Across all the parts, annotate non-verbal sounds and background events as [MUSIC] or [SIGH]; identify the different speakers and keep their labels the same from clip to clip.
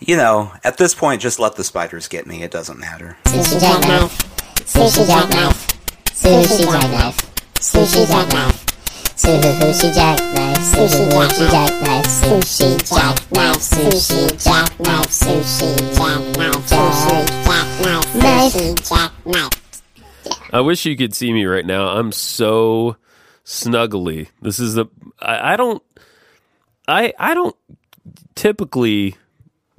Speaker 1: you know, at this point, just let the spiders get me. It doesn't matter.
Speaker 2: Sushi jackknife. Sushi jackknife. Sushi jackknife. Sushi jackknife. Sushi jackknife. Sushi jackknife. Sushi jackknife. Sushi jackknife. Sushi jackknife. Sushi jackknife. Sushi jackknife.
Speaker 3: I wish you could see me right now. I'm so snuggly. This is the I, I don't I I don't typically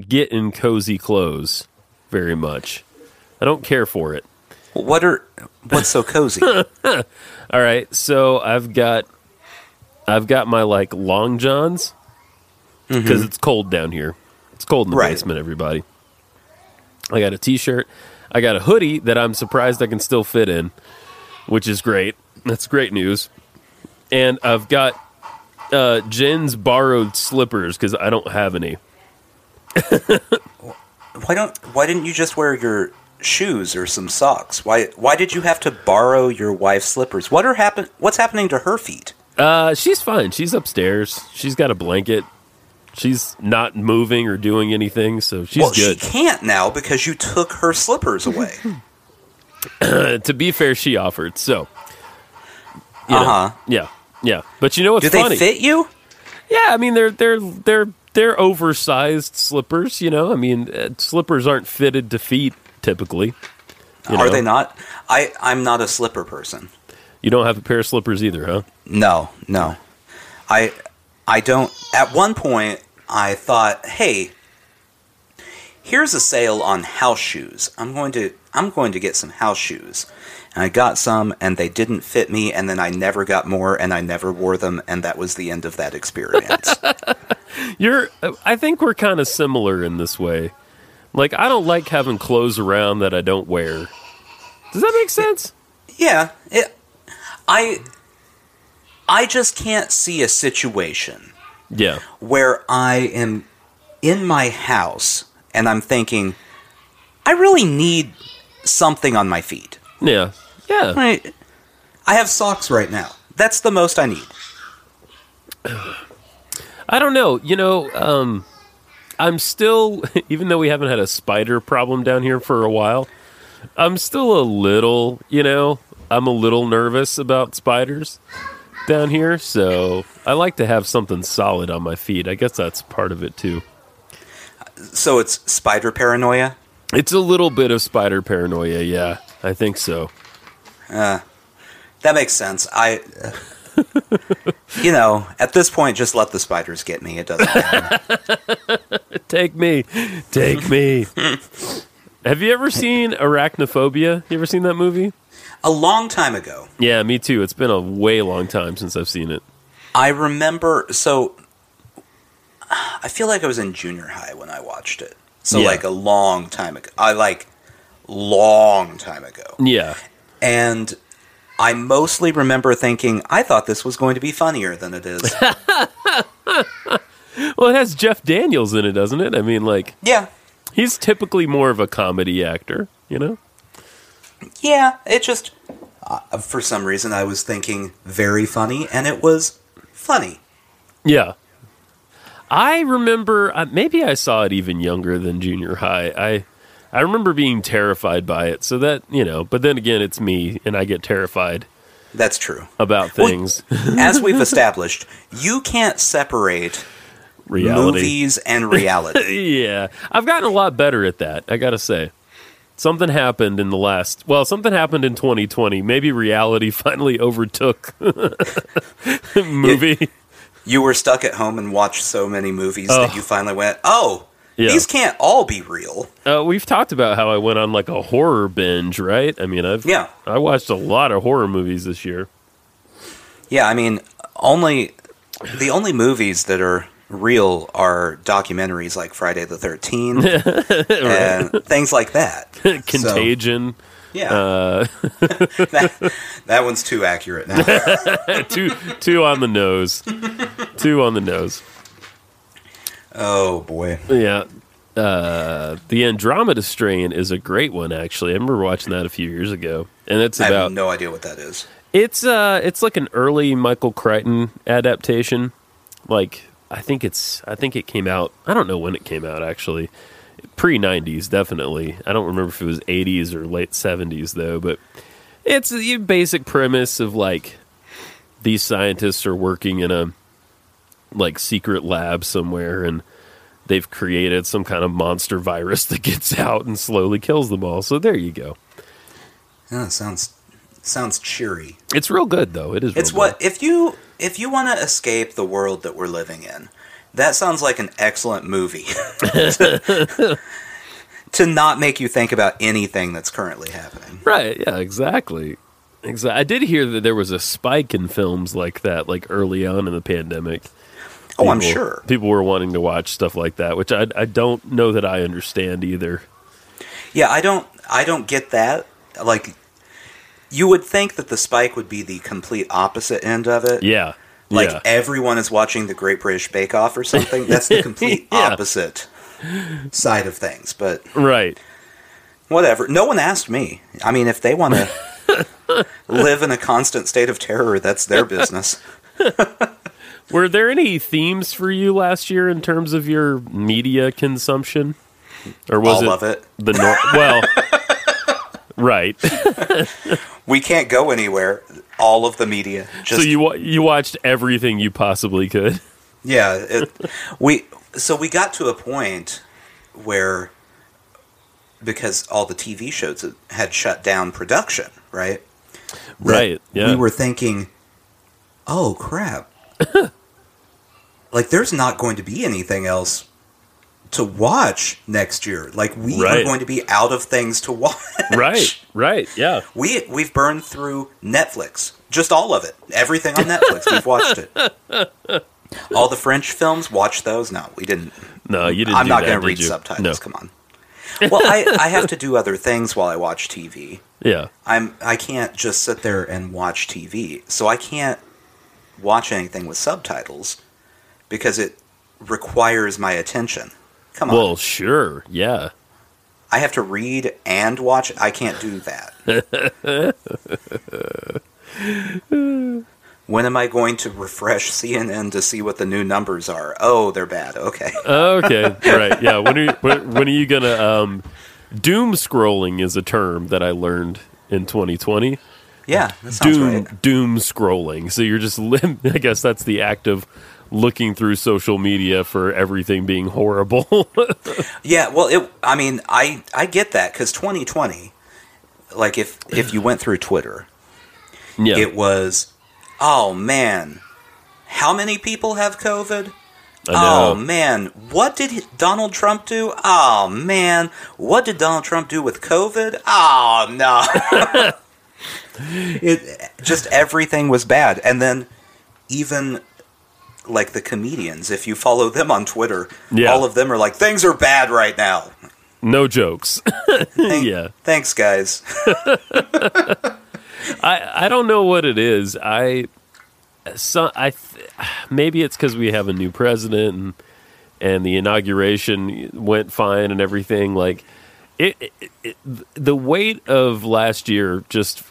Speaker 3: get in cozy clothes very much. I don't care for it.
Speaker 1: What are what's so
Speaker 3: [LAUGHS]
Speaker 1: cozy?
Speaker 3: All right, so I've got I've got my like long johns because it's cold down here. It's cold in the
Speaker 1: Mm-hmm. Right.
Speaker 3: basement, everybody. I got a t-shirt. I got a hoodie that I'm surprised I can still fit in, which is great. That's great news. And I've got uh, Jen's borrowed slippers because I don't have any.
Speaker 1: why don't why didn't you just wear your shoes or some socks? Why why did you have to borrow your wife's slippers? What are happen what's happening to her feet?
Speaker 3: Uh, she's fine. She's upstairs. She's got a blanket. She's not moving or doing anything, so she's
Speaker 1: well,
Speaker 3: good.
Speaker 1: she can't now because you took her
Speaker 3: [LAUGHS]
Speaker 1: slippers away.
Speaker 3: Uh, to be fair, she offered. So, you know,
Speaker 1: Uh-huh.
Speaker 3: yeah, yeah. But you know
Speaker 1: Do
Speaker 3: what's funny?
Speaker 1: they fit you?
Speaker 3: Yeah, I mean they're they're they're they're oversized slippers. You know, I mean uh, slippers aren't fitted to feet typically. You
Speaker 1: Are
Speaker 3: know?
Speaker 1: they not? I I'm not a slipper person.
Speaker 3: You don't have a pair of slippers either, huh?
Speaker 1: No, no. I I don't at one point I thought, "Hey, here's a sale on house shoes. I'm going to I'm going to get some house shoes." And I got some and they didn't fit me and then I never got more and I never wore them and that was the end of that experience.
Speaker 3: You're. I think we're kind of similar in this way. Like I don't like having clothes around that I don't wear. Does that make sense?
Speaker 1: yeah, it, I I just can't see a situation
Speaker 3: Yeah.
Speaker 1: where I am in my house and I'm thinking, I really need something on my feet.
Speaker 3: Yeah. Yeah.
Speaker 1: I, I have socks right now. That's the most I need.
Speaker 3: I don't know. You know, um, I'm still, [LAUGHS] even though we haven't had a spider problem down here for a while, I'm still a little, you know, I'm a little nervous about spiders down here. So I like to have something solid on my feet. I guess that's part of it too.
Speaker 1: So it's spider paranoia.
Speaker 3: It's a little bit of spider paranoia. Yeah, I think so.
Speaker 1: That makes sense. I, [LAUGHS] you know, at this point, just let the spiders get me. It doesn't matter.
Speaker 3: Take me. Take me. have you ever seen Arachnophobia? You ever seen that movie?
Speaker 1: a long time ago,
Speaker 3: Yeah, me too. It's been a way long time since I've seen it.
Speaker 1: I remember. So I feel like I was in junior high when I watched it. So
Speaker 3: Yeah.
Speaker 1: like a long time ago. I like long time ago.
Speaker 3: Yeah.
Speaker 1: and I mostly remember thinking I thought this was going to be funnier than it
Speaker 3: [LAUGHS]
Speaker 1: is.
Speaker 3: Well, it has Jeff Daniels in it, doesn't it? I mean, like
Speaker 1: yeah,
Speaker 3: he's typically more of a comedy actor, you know?
Speaker 1: yeah. It just uh, for some reason I was thinking very funny, and it was funny.
Speaker 3: Yeah. I remember uh, maybe I saw it even younger than junior high. I I remember being terrified by it. So that, you know, but then again, it's me and I get terrified
Speaker 1: That's true.
Speaker 3: about
Speaker 1: Well,
Speaker 3: things. [LAUGHS]
Speaker 1: As we've established, you can't separate
Speaker 3: Reality.
Speaker 1: movies and
Speaker 3: [LAUGHS]
Speaker 1: reality.
Speaker 3: Yeah. I've gotten a lot better at that, I got to say. Something happened in the last, well, something happened in 2020. Maybe reality [LAUGHS] finally overtook [LAUGHS] movie.
Speaker 1: you were stuck at home and watched so many movies that
Speaker 3: Ugh.
Speaker 1: you finally went, "Oh,
Speaker 3: Yeah.
Speaker 1: these can't all be real."
Speaker 3: Uh, we've talked about how I went on like a horror binge, right? I mean, I've
Speaker 1: Yeah.
Speaker 3: I watched a lot of horror movies this year.
Speaker 1: Yeah, I mean, only the only movies that are real are documentaries like Friday the
Speaker 3: [LAUGHS]
Speaker 1: 13th and things like that.
Speaker 3: Contagion,
Speaker 1: So,
Speaker 3: [LAUGHS]
Speaker 1: yeah.
Speaker 3: Uh.
Speaker 1: that, [LAUGHS] that one's too accurate
Speaker 3: [LAUGHS]
Speaker 1: now.
Speaker 3: two two on the nose, two on the nose.
Speaker 1: oh boy.
Speaker 3: Yeah, uh, the Andromeda Strain is a great one. Actually, I remember watching that a few years ago, and it's
Speaker 1: I
Speaker 3: about
Speaker 1: have no idea what that is.
Speaker 3: It's uh, it's like an early Michael Crichton adaptation, like I think it's I think it came out. I don't know when it came out actually. Pre 90s definitely. I don't remember if it was 80s or late 70s though, but it's the basic premise of like these scientists are working in a like secret lab somewhere and they've created some kind of monster virus [LAUGHS] that gets out and slowly kills them all. So there you go.
Speaker 1: Yeah, sounds sounds cheery.
Speaker 3: It's real good though. It is.
Speaker 1: It's
Speaker 3: real
Speaker 1: what if you if you want to escape the world that we're living in. That sounds like an excellent movie. [LAUGHS] to not make you think about anything that's currently happening.
Speaker 3: good. right. Yeah. Exactly. Exactly. I did hear that there was a spike in films like that, like early on in the pandemic.
Speaker 1: Oh, I'm
Speaker 3: People-
Speaker 1: sure.
Speaker 3: people were wanting to watch stuff like that, which I I don't know that I understand either.
Speaker 1: Yeah, I don't I don't get that. Like you would think that the spike would be the complete opposite end of it.
Speaker 3: Yeah.
Speaker 1: Like
Speaker 3: yeah.
Speaker 1: everyone is watching the Great British Bake Off or something. That's
Speaker 3: [LAUGHS]
Speaker 1: the complete
Speaker 3: Yeah.
Speaker 1: opposite side of things. But
Speaker 3: right.
Speaker 1: whatever. No one asked me. I mean, if they want
Speaker 3: [LAUGHS]
Speaker 1: to live in a constant state of terror, that's
Speaker 3: [LAUGHS]
Speaker 1: their business.
Speaker 3: Were there any themes for you last year in terms of your media consumption, or was
Speaker 1: All
Speaker 3: it
Speaker 1: of it. [LAUGHS]
Speaker 3: the nor- well? Right.
Speaker 1: We can't go anywhere. All of the media.
Speaker 3: so
Speaker 1: Just
Speaker 3: you wa- you watched everything you possibly
Speaker 1: [LAUGHS]
Speaker 3: could.
Speaker 1: yeah. It, we so we got to a point where because all the TV shows had shut down production, right? that
Speaker 3: Right, yeah.
Speaker 1: We were thinking, oh
Speaker 3: [COUGHS]
Speaker 1: crap. like there's not going to be anything else to watch next year. Like we are
Speaker 3: Right.
Speaker 1: going to be out of things to watch.
Speaker 3: Right. Right. Yeah.
Speaker 1: We we've burned through Netflix. Just all of it. Everything on Netflix. we've watched it.
Speaker 3: [LAUGHS]
Speaker 1: All the French films, watch those. No, we didn't.
Speaker 3: No, you didn't.
Speaker 1: I'm
Speaker 3: do
Speaker 1: not going
Speaker 3: that, did
Speaker 1: to read
Speaker 3: you?
Speaker 1: subtitles.
Speaker 3: No.
Speaker 1: Come on. Well, I, I have to do other things while I watch TV.
Speaker 3: Yeah.
Speaker 1: I'm I can't just sit there and watch TV. So I can't watch anything with subtitles because it requires my attention. Come on.
Speaker 3: Well, sure. Yeah.
Speaker 1: I have to read and watch. I can't do
Speaker 3: [LAUGHS]
Speaker 1: that. when am I going to refresh CNN to see what the new numbers are? Oh, they're bad.
Speaker 3: [LAUGHS]
Speaker 1: Okay.
Speaker 3: Uh, Okay. right. Yeah. When are you, when, when are you gonna um, doom scrolling is a term that I learned in 2020.
Speaker 1: Yeah, that sounds
Speaker 3: doom
Speaker 1: right.
Speaker 3: doom scrolling. So you're just lim- [LAUGHS] I guess that's the act of looking through social media for everything being horrible. [LAUGHS]
Speaker 1: Yeah, well, it. I mean, I I get that because 2020, like if if you went through Twitter,
Speaker 3: yeah.
Speaker 1: it was, oh man, how many people have COVID?
Speaker 3: I know.
Speaker 1: Oh man, what did he- Donald Trump do? Oh man, what did Donald Trump do with COVID? Oh no.
Speaker 3: [LAUGHS]
Speaker 1: it just everything was bad. And then even like the comedians, if you follow them on Twitter,
Speaker 3: Yeah.
Speaker 1: all of them are like things are bad right now.
Speaker 3: no jokes. [LAUGHS]
Speaker 1: Thank-
Speaker 3: Yeah.
Speaker 1: Thanks guys.
Speaker 3: I I don't know what it is. I so, I th- maybe it's because we have a new president and and the inauguration went fine and everything. Like it, it, it the weight of last year just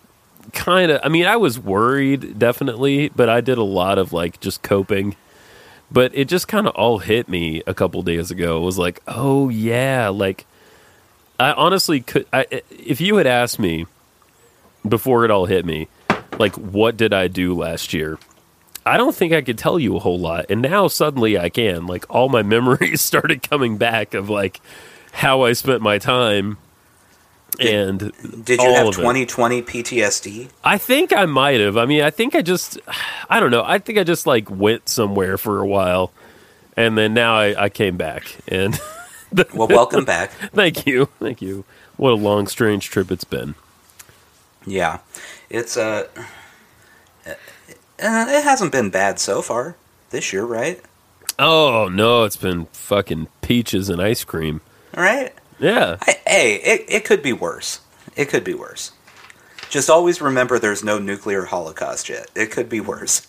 Speaker 3: kind of. I mean, I was worried definitely, but I did a lot of like just coping. But it just kind of all hit me a couple days ago. It was like, oh yeah, like I honestly could. I, if you had asked me before it all hit me, like what did I do last year? I don't think I could tell you a whole lot, and now suddenly I can. Like all my [LAUGHS] memories started coming back of like how I spent my time, and
Speaker 1: Did you
Speaker 3: all
Speaker 1: have
Speaker 3: of it.
Speaker 1: 2020 PTSD?
Speaker 3: I think I might have. I mean, I think I just, I don't know. I think I just like went somewhere for a while, and then now I, I came back. And [LAUGHS]
Speaker 1: Well, welcome back.
Speaker 3: thank you, thank you. What a long, strange trip it's been.
Speaker 1: Yeah, it's uh, uh, it hasn't been bad so far this year, right?
Speaker 3: Oh no, it's been fucking peaches and ice cream.
Speaker 1: Right?
Speaker 3: Yeah,
Speaker 1: I, hey, it it could be worse. It could be worse. Just always remember, there's no nuclear holocaust yet. It could be worse.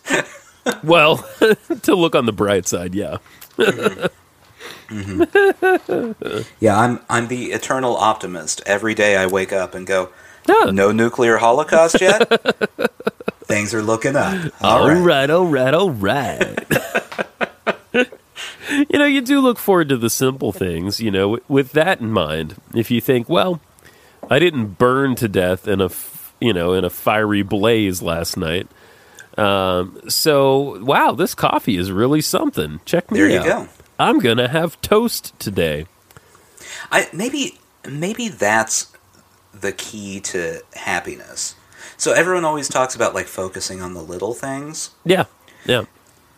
Speaker 3: well, [LAUGHS] to look on the bright side, yeah.
Speaker 1: [LAUGHS] yeah, I'm I'm the eternal optimist. Every day I wake up and go,
Speaker 3: Yeah.
Speaker 1: no nuclear holocaust yet. [LAUGHS] Things are looking up.
Speaker 3: All
Speaker 1: All right.
Speaker 3: right, all right, all right. [LAUGHS] you know, you do look forward to the simple things, you know, with, with that in mind. If you think, well, I didn't burn to death in a, f- you know, in a fiery blaze last night. Um, so, wow, this coffee is really something. Check me
Speaker 1: There you
Speaker 3: out.
Speaker 1: go.
Speaker 3: I'm going to have toast today.
Speaker 1: I maybe maybe that's the key to happiness. So everyone always talks about like focusing on the little things.
Speaker 3: Yeah. Yeah.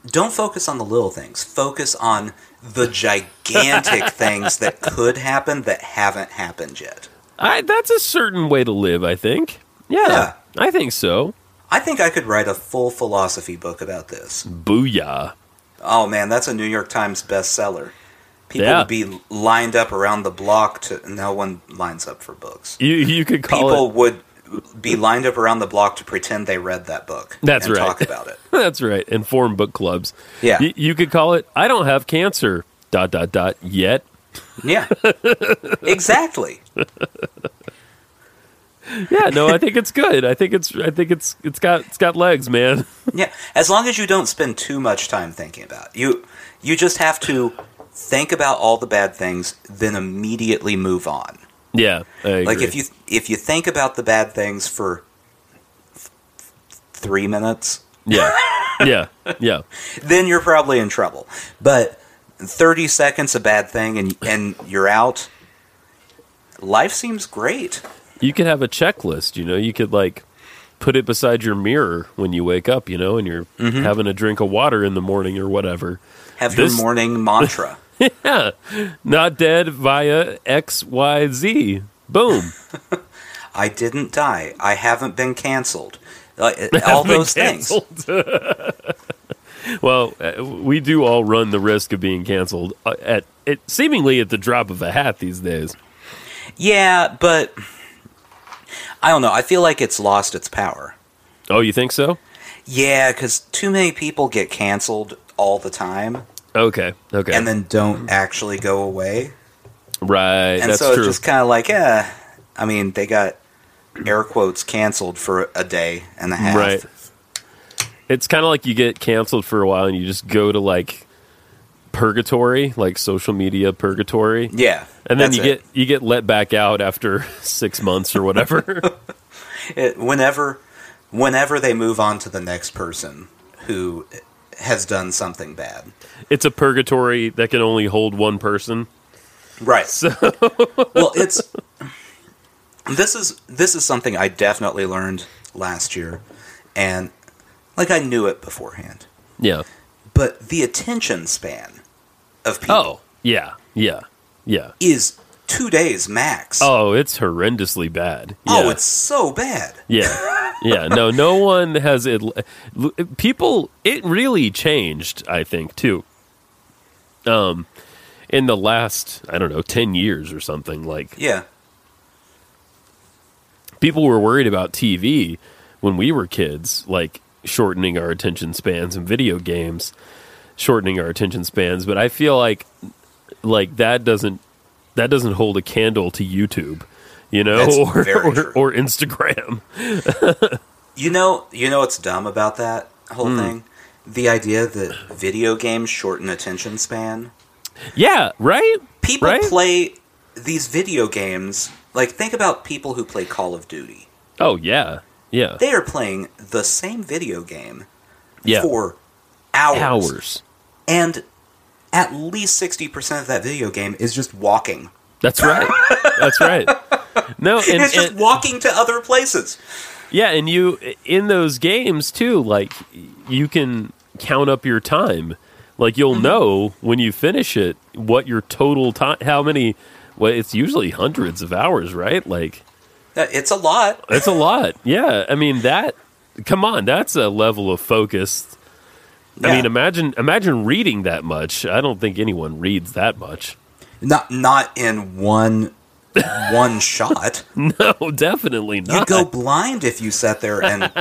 Speaker 1: Don't focus on the little things. Focus on the
Speaker 3: [LAUGHS]
Speaker 1: gigantic things that could happen that haven't happened yet.
Speaker 3: I, that's a certain way to live, I think. Yeah,
Speaker 1: Yeah.
Speaker 3: I think so.
Speaker 1: I think I could write a full philosophy book about this.
Speaker 3: Booyah.
Speaker 1: Oh man, that's a New York Times bestseller. People
Speaker 3: Yeah.
Speaker 1: would be lined up around the block to no one lines up for books.
Speaker 3: You, you could call
Speaker 1: People
Speaker 3: it.
Speaker 1: would be lined up around the block to pretend they read that book.
Speaker 3: That's
Speaker 1: and
Speaker 3: right.
Speaker 1: Talk about it.
Speaker 3: [LAUGHS] That's right. And form book clubs.
Speaker 1: Yeah.
Speaker 3: You, you could call it, I don't have cancer, dot, dot, dot, yet. [LAUGHS]
Speaker 1: Yeah. exactly.
Speaker 3: Yeah, no, I think it's good. I think it's, I think it's, it's got, it's got legs, man. [LAUGHS]
Speaker 1: Yeah. As long as you don't spend too much time thinking about it. you you just have to think about all the bad things then immediately move on.
Speaker 3: Yeah. I agree.
Speaker 1: Like if you if you think about the bad things for th- th- 3 minutes,
Speaker 3: Yeah. Yeah. Yeah.
Speaker 1: then you're probably in trouble. But 30 seconds a bad thing and and you're out. Life seems great.
Speaker 3: You could have a checklist, you know, you could like put it beside your mirror when you wake up, you know, and you're
Speaker 1: Mm-hmm.
Speaker 3: having a drink of water in the morning or whatever.
Speaker 1: Have
Speaker 3: This-
Speaker 1: your morning mantra.
Speaker 3: Yeah. Not dead via XYZ. Boom.
Speaker 1: I didn't die. I haven't been canceled. Like, all those things.
Speaker 3: things. [LAUGHS] well, uh, we do all run the risk of being canceled uh, at it seemingly at the drop of a hat these days.
Speaker 1: Yeah, but I don't know. I feel like it's lost its power.
Speaker 3: Oh, you think so?
Speaker 1: Yeah, because too many people get canceled all the time
Speaker 3: Okay. Okay.
Speaker 1: and then don't actually go away.
Speaker 3: right.
Speaker 1: And
Speaker 3: That's
Speaker 1: so it's
Speaker 3: true.
Speaker 1: just kind of like, yeah, I mean, they got air quotes canceled for a day and a half.
Speaker 3: Right. It's kind of like you get canceled for a while and you just go to like purgatory, like social media purgatory.
Speaker 1: Yeah.
Speaker 3: And then
Speaker 1: that's
Speaker 3: you
Speaker 1: it.
Speaker 3: get you get let back out after [LAUGHS] 6 months
Speaker 1: [LAUGHS]
Speaker 3: or whatever.
Speaker 1: it, whenever whenever they move on to the next person who has done something bad.
Speaker 3: it's a purgatory that can only hold one person.
Speaker 1: Right. well, it's this is this is something I definitely learned last year, and like I knew it beforehand,
Speaker 3: Yeah.
Speaker 1: but the attention span of people
Speaker 3: Oh, yeah. Yeah. Yeah.
Speaker 1: is two days max.
Speaker 3: Oh, it's horrendously bad.
Speaker 1: Oh,
Speaker 3: Yeah.
Speaker 1: it's so bad.
Speaker 3: [LAUGHS] yeah. Yeah, no, no one has it. l- People, it really changed, I think, too. Um, in the last, I don't know, 10 years or something, like
Speaker 1: Yeah,
Speaker 3: people were worried about TV when we were kids, like shortening our attention spans and video games shortening our attention spans, but I feel like like that doesn't that doesn't hold a candle to YouTube, you know,
Speaker 1: That's
Speaker 3: [LAUGHS] or,
Speaker 1: very true.
Speaker 3: or or Instagram.
Speaker 1: you know, you know what's dumb about that whole
Speaker 3: Hmm.
Speaker 1: thing? The idea that video games shorten attention span.
Speaker 3: Yeah, right?
Speaker 1: People
Speaker 3: Right?
Speaker 1: play these video games. Like, think about people who play Call of Duty.
Speaker 3: Oh yeah. Yeah.
Speaker 1: they are playing the same video game
Speaker 3: Yeah.
Speaker 1: for hours.
Speaker 3: Hours.
Speaker 1: And at least 60% of that video game is just walking. [LAUGHS]
Speaker 3: That's right. That's right. No, and,
Speaker 1: it's just
Speaker 3: and-
Speaker 1: walking to other places.
Speaker 3: Yeah, and you in those games too, like you can count up your time. Like
Speaker 1: Mm-hmm.
Speaker 3: you'll know when you finish it what your total time, how many. Well, it's usually hundreds of hours, right? Like
Speaker 1: Uh, It's a lot.
Speaker 3: it's a
Speaker 1: [LAUGHS]
Speaker 3: lot. Yeah, I mean that. Come on, that's a level of focus. I
Speaker 1: Yeah.
Speaker 3: mean, imagine imagine reading that much. I don't think anyone reads that much.
Speaker 1: Not not in
Speaker 3: [LAUGHS]
Speaker 1: one one shot.
Speaker 3: No, definitely
Speaker 1: You'd
Speaker 3: not.
Speaker 1: go blind if you sat there and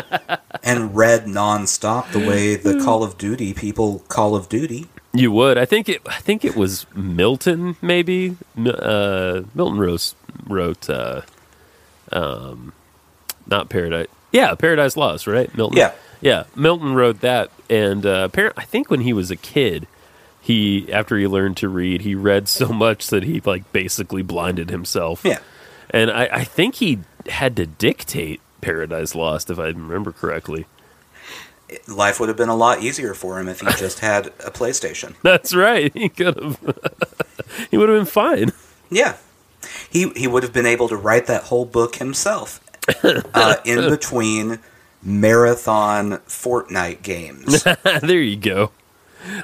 Speaker 1: and read nonstop the way
Speaker 3: Mm.
Speaker 1: the Call of Duty people Call of Duty.
Speaker 3: You would. I think it. I think it was Milton, maybe. M- Uh, Milton Rose wrote, uh, um, not Paradise. Yeah, Paradise Lost, right? Milton.
Speaker 1: Yeah.
Speaker 3: Yeah, Milton wrote that, and uh, appar- I think when he was a kid, he after he learned to read, he read so [LAUGHS] much that he like basically blinded himself.
Speaker 1: Yeah.
Speaker 3: And I, I think he had to dictate Paradise Lost, if I remember correctly.
Speaker 1: Life would have been a lot easier for him if
Speaker 3: [LAUGHS]
Speaker 1: he just had a PlayStation.
Speaker 3: That's right. [LAUGHS] He could have. he would have been fine. [LAUGHS]
Speaker 1: Yeah. He he would have been able to write that whole book
Speaker 3: [LAUGHS]
Speaker 1: himself uh, in between marathon Fortnite games.
Speaker 3: [LAUGHS] there you go.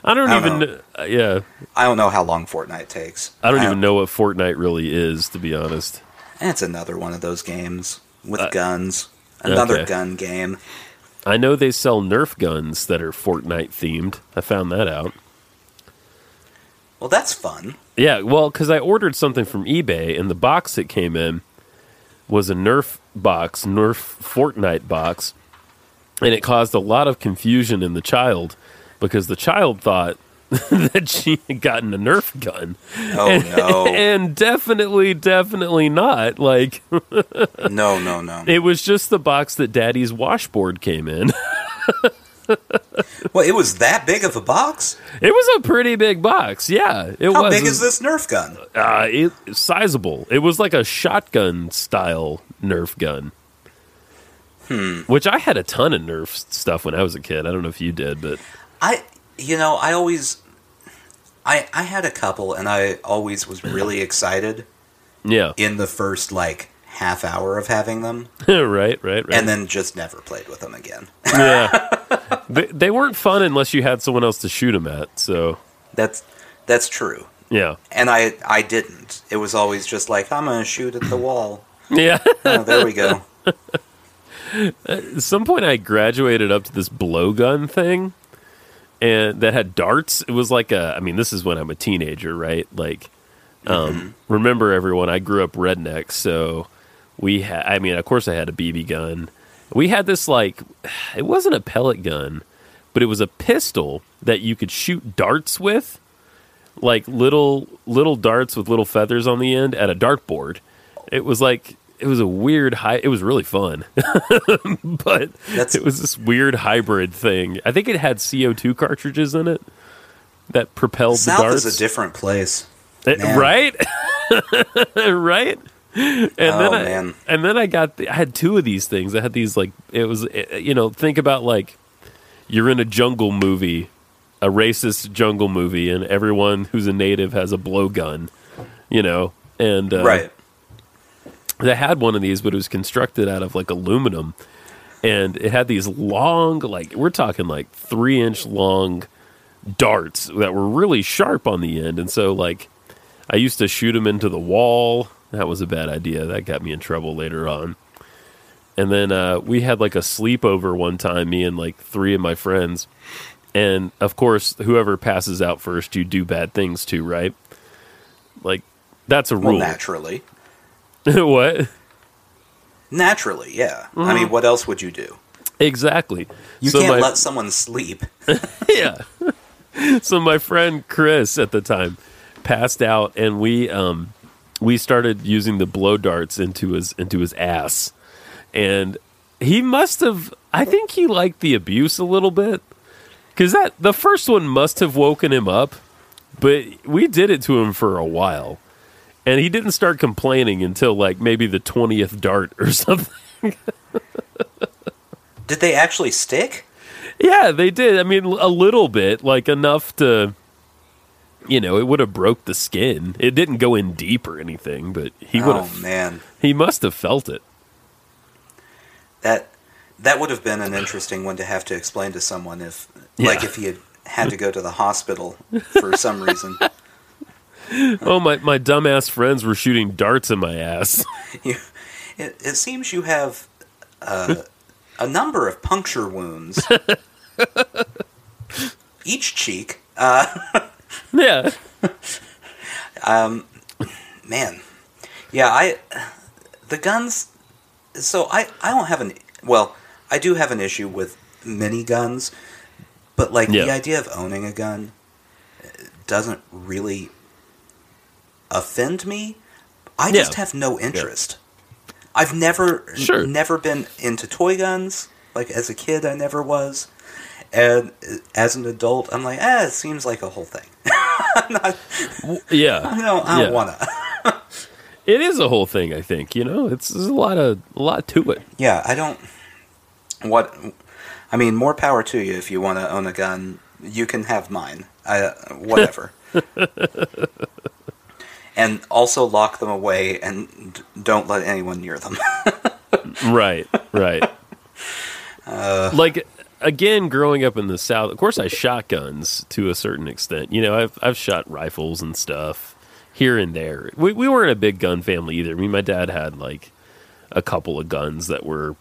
Speaker 3: I don't,
Speaker 1: I don't
Speaker 3: even.
Speaker 1: know.
Speaker 3: uh, yeah,
Speaker 1: I don't know how long Fortnite takes. Uh,
Speaker 3: I don't even know what Fortnite really is, to be honest.
Speaker 1: That's another one of those games with guns. Another
Speaker 3: Uh, okay.
Speaker 1: gun game.
Speaker 3: I know they sell Nerf guns that are Fortnite themed. I found that out.
Speaker 1: Well, that's fun.
Speaker 3: Yeah, well, because I ordered something from eBay, and the box it came in was a Nerf box, Nerf Fortnite box, and it caused a lot of confusion in the child because the child thought [LAUGHS] that she had gotten a Nerf gun, [LAUGHS]
Speaker 1: Oh no,
Speaker 3: and definitely, definitely not. Like
Speaker 1: no, no, no.
Speaker 3: it was just the box that Daddy's washboard came in. [LAUGHS]
Speaker 1: Well, it was that big of a box.
Speaker 3: It was a pretty big box. Yeah, it
Speaker 1: How
Speaker 3: was.
Speaker 1: big is this Nerf gun?
Speaker 3: Uh, it sizable. It was like a shotgun style Nerf gun. Hmm. Which I had a ton of Nerf stuff when I was a kid. I don't know if you did, but
Speaker 1: I, you know, I always, I, I had a couple, and I always was really excited
Speaker 3: yeah, [LAUGHS]
Speaker 1: in the first like half hour of having them,
Speaker 3: right, right, right.
Speaker 1: and then just never played with them again. [LAUGHS]
Speaker 3: yeah, they, they weren't fun unless you had someone else to shoot them at. So
Speaker 1: that's that's true.
Speaker 3: yeah,
Speaker 1: And I, I didn't. It was always just like I'm gonna shoot at the
Speaker 3: [LAUGHS]
Speaker 1: wall.
Speaker 3: yeah.
Speaker 1: Oh, there we go.
Speaker 3: At some point, I graduated up to this blowgun thing, and that had darts. It was like a. I mean, this is when I'm a teenager, right? Like, um, remember everyone? I grew up redneck, so we had. I mean, of course, I had a BB gun. We had this like, [SIGHS] it wasn't a pellet gun, but it was a pistol that you could shoot darts with, like little little darts with little feathers on the end at a dartboard. It was like. It was a weird high. It was really fun, [LAUGHS] but
Speaker 1: That's-
Speaker 3: it was this weird hybrid thing. I think it had CO two cartridges in it that propelled
Speaker 1: South
Speaker 3: the darts.
Speaker 1: is a different place.
Speaker 3: It-
Speaker 1: Man.
Speaker 3: Eh, right? [LAUGHS] right? And then
Speaker 1: Oh,
Speaker 3: I,
Speaker 1: man.
Speaker 3: and then I got the, I had two of these things. I had these like it was eh, you know, think about like you're in a jungle movie, a racist jungle movie and everyone who's a native has a blowgun, you know. And uh,
Speaker 1: right.
Speaker 3: they had one of these, but it was constructed out of like aluminum, and it had these long, like we're talking like three inch long darts that were really sharp on the end, and so like I used to shoot them into the wall. That was a bad idea. That got me in trouble later on. And then uh, we had like a sleepover one time, me and like three of my friends. And of course, whoever passes out first, you do bad things to, right? Like, that's a
Speaker 1: Well,
Speaker 3: rule.
Speaker 1: naturally.
Speaker 3: [LAUGHS] what?
Speaker 1: Naturally, yeah. I mean, what else would you do?
Speaker 3: Exactly.
Speaker 1: You
Speaker 3: Mm-hmm. So
Speaker 1: can't
Speaker 3: my-
Speaker 1: let someone sleep.
Speaker 3: [LAUGHS] yeah. so my friend Chris at the time passed out, and we um we started using the blow darts into his into his ass, and he must have. I think he liked the abuse a little bit because that the first one must have woken him up, but we did it to him for a while. And he didn't start complaining until like maybe the twentieth dart or [LAUGHS] something.
Speaker 1: Did they actually stick?
Speaker 3: Yeah, they did. I mean, a little bit, like enough to, you know, it would have broke the skin. It didn't go in deep or anything, but he would
Speaker 1: Oh
Speaker 3: have.
Speaker 1: man,
Speaker 3: He must have felt it.
Speaker 1: that that would have been an interesting one to have to explain to someone if, like,
Speaker 3: Yeah.
Speaker 1: if he had had to go to the
Speaker 3: [LAUGHS]
Speaker 1: hospital for some reason.
Speaker 3: Oh my! My dumbass friends were shooting darts in my ass. [LAUGHS]
Speaker 1: [LAUGHS] You, it, it seems you have uh, a number of puncture wounds, each cheek.
Speaker 3: yeah,
Speaker 1: man yeah i the guns so i i don't have an well i do have an issue with mini guns but like the
Speaker 3: Yeah.
Speaker 1: idea of owning a gun uh, doesn't really offend me i
Speaker 3: Yeah.
Speaker 1: just have no interest i've never
Speaker 3: Sure.
Speaker 1: never been into toy guns like as a kid i never was And uh, as an adult, I'm like, ah, it seems like a whole thing. I'm not,
Speaker 3: Yeah.
Speaker 1: I don't, I
Speaker 3: Yeah.
Speaker 1: don't want to.
Speaker 3: It is a whole thing, I think. You know, it's there's a lot of a lot to it.
Speaker 1: Yeah, I don't. What? I mean, more power to you if you want to own a gun. You can have mine. I, whatever. and also lock them away and d- don't let anyone near them. [LAUGHS]
Speaker 3: Right. Right. like again, growing up in the South, of course, I shot guns to a certain extent. You know, I've I've shot rifles and stuff here and there. We we weren't a big gun family either. I mean, my dad had like a couple of guns that were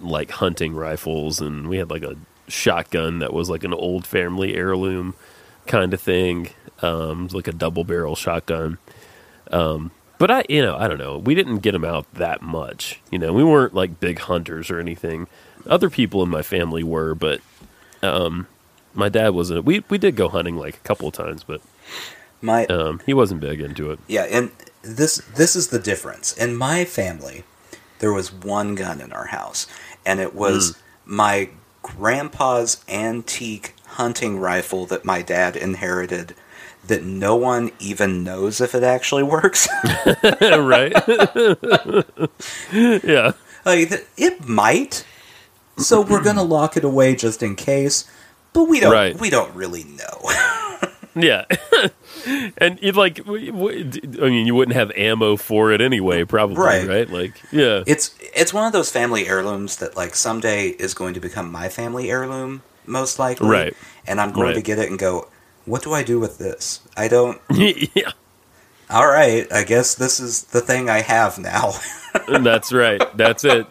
Speaker 3: like hunting rifles, and we had like a shotgun that was like an old family heirloom kind of thing, um, like a double barrel shotgun. But I, you know, I don't know. We didn't get them out that much. You know, we weren't like big hunters or anything. Other people in my family were, but um, my dad wasn't. We we did go hunting like a couple of times, but
Speaker 1: My
Speaker 3: um, he wasn't big into it.
Speaker 1: yeah, and this this is the difference. In my family, there was one gun in our house, and it was my grandpa's antique hunting rifle that my dad inherited. That no one even knows if it actually [LAUGHS] works.
Speaker 3: [LAUGHS] right? [LAUGHS] yeah.
Speaker 1: Like th- it might. So we're gonna lock it away just in case. But we don't.
Speaker 3: Right.
Speaker 1: We don't really know.
Speaker 3: Yeah. [LAUGHS] and you'd like w- w- d- I mean, you wouldn't have ammo for it anyway, probably,
Speaker 1: Right.
Speaker 3: right? Like, yeah. [LAUGHS]
Speaker 1: it's it's one of those family heirlooms that like someday is going to become my family heirloom, most likely.
Speaker 3: Right.
Speaker 1: And I'm going
Speaker 3: Right.
Speaker 1: to get it and go. What do I do with this? I don't. [LAUGHS]
Speaker 3: yeah.
Speaker 1: All right. I guess this is the thing I have now. [LAUGHS]
Speaker 3: That's right. That's it.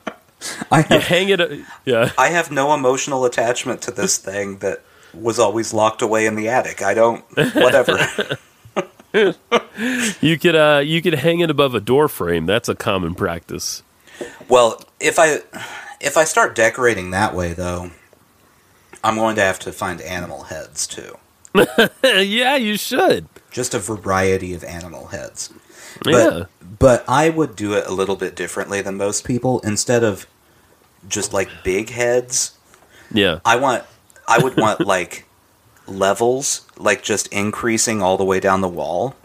Speaker 1: I
Speaker 3: You
Speaker 1: have,
Speaker 3: hang it up. Yeah.
Speaker 1: I have no emotional attachment to this thing that was always locked away in the attic. I don't. Whatever.
Speaker 3: [LAUGHS] You could uh you could hang it above a door frame. That's a common practice.
Speaker 1: Well, if I if I start decorating that way though, I'm going to have to find animal heads too.
Speaker 3: [LAUGHS] yeah, you should.
Speaker 1: Just a variety of animal heads. But
Speaker 3: Yeah.
Speaker 1: but I would do it a little bit differently than most people. Instead of just like big heads,
Speaker 3: Yeah.
Speaker 1: I want I
Speaker 3: [LAUGHS]
Speaker 1: would want like levels, like just increasing all the way down the wall.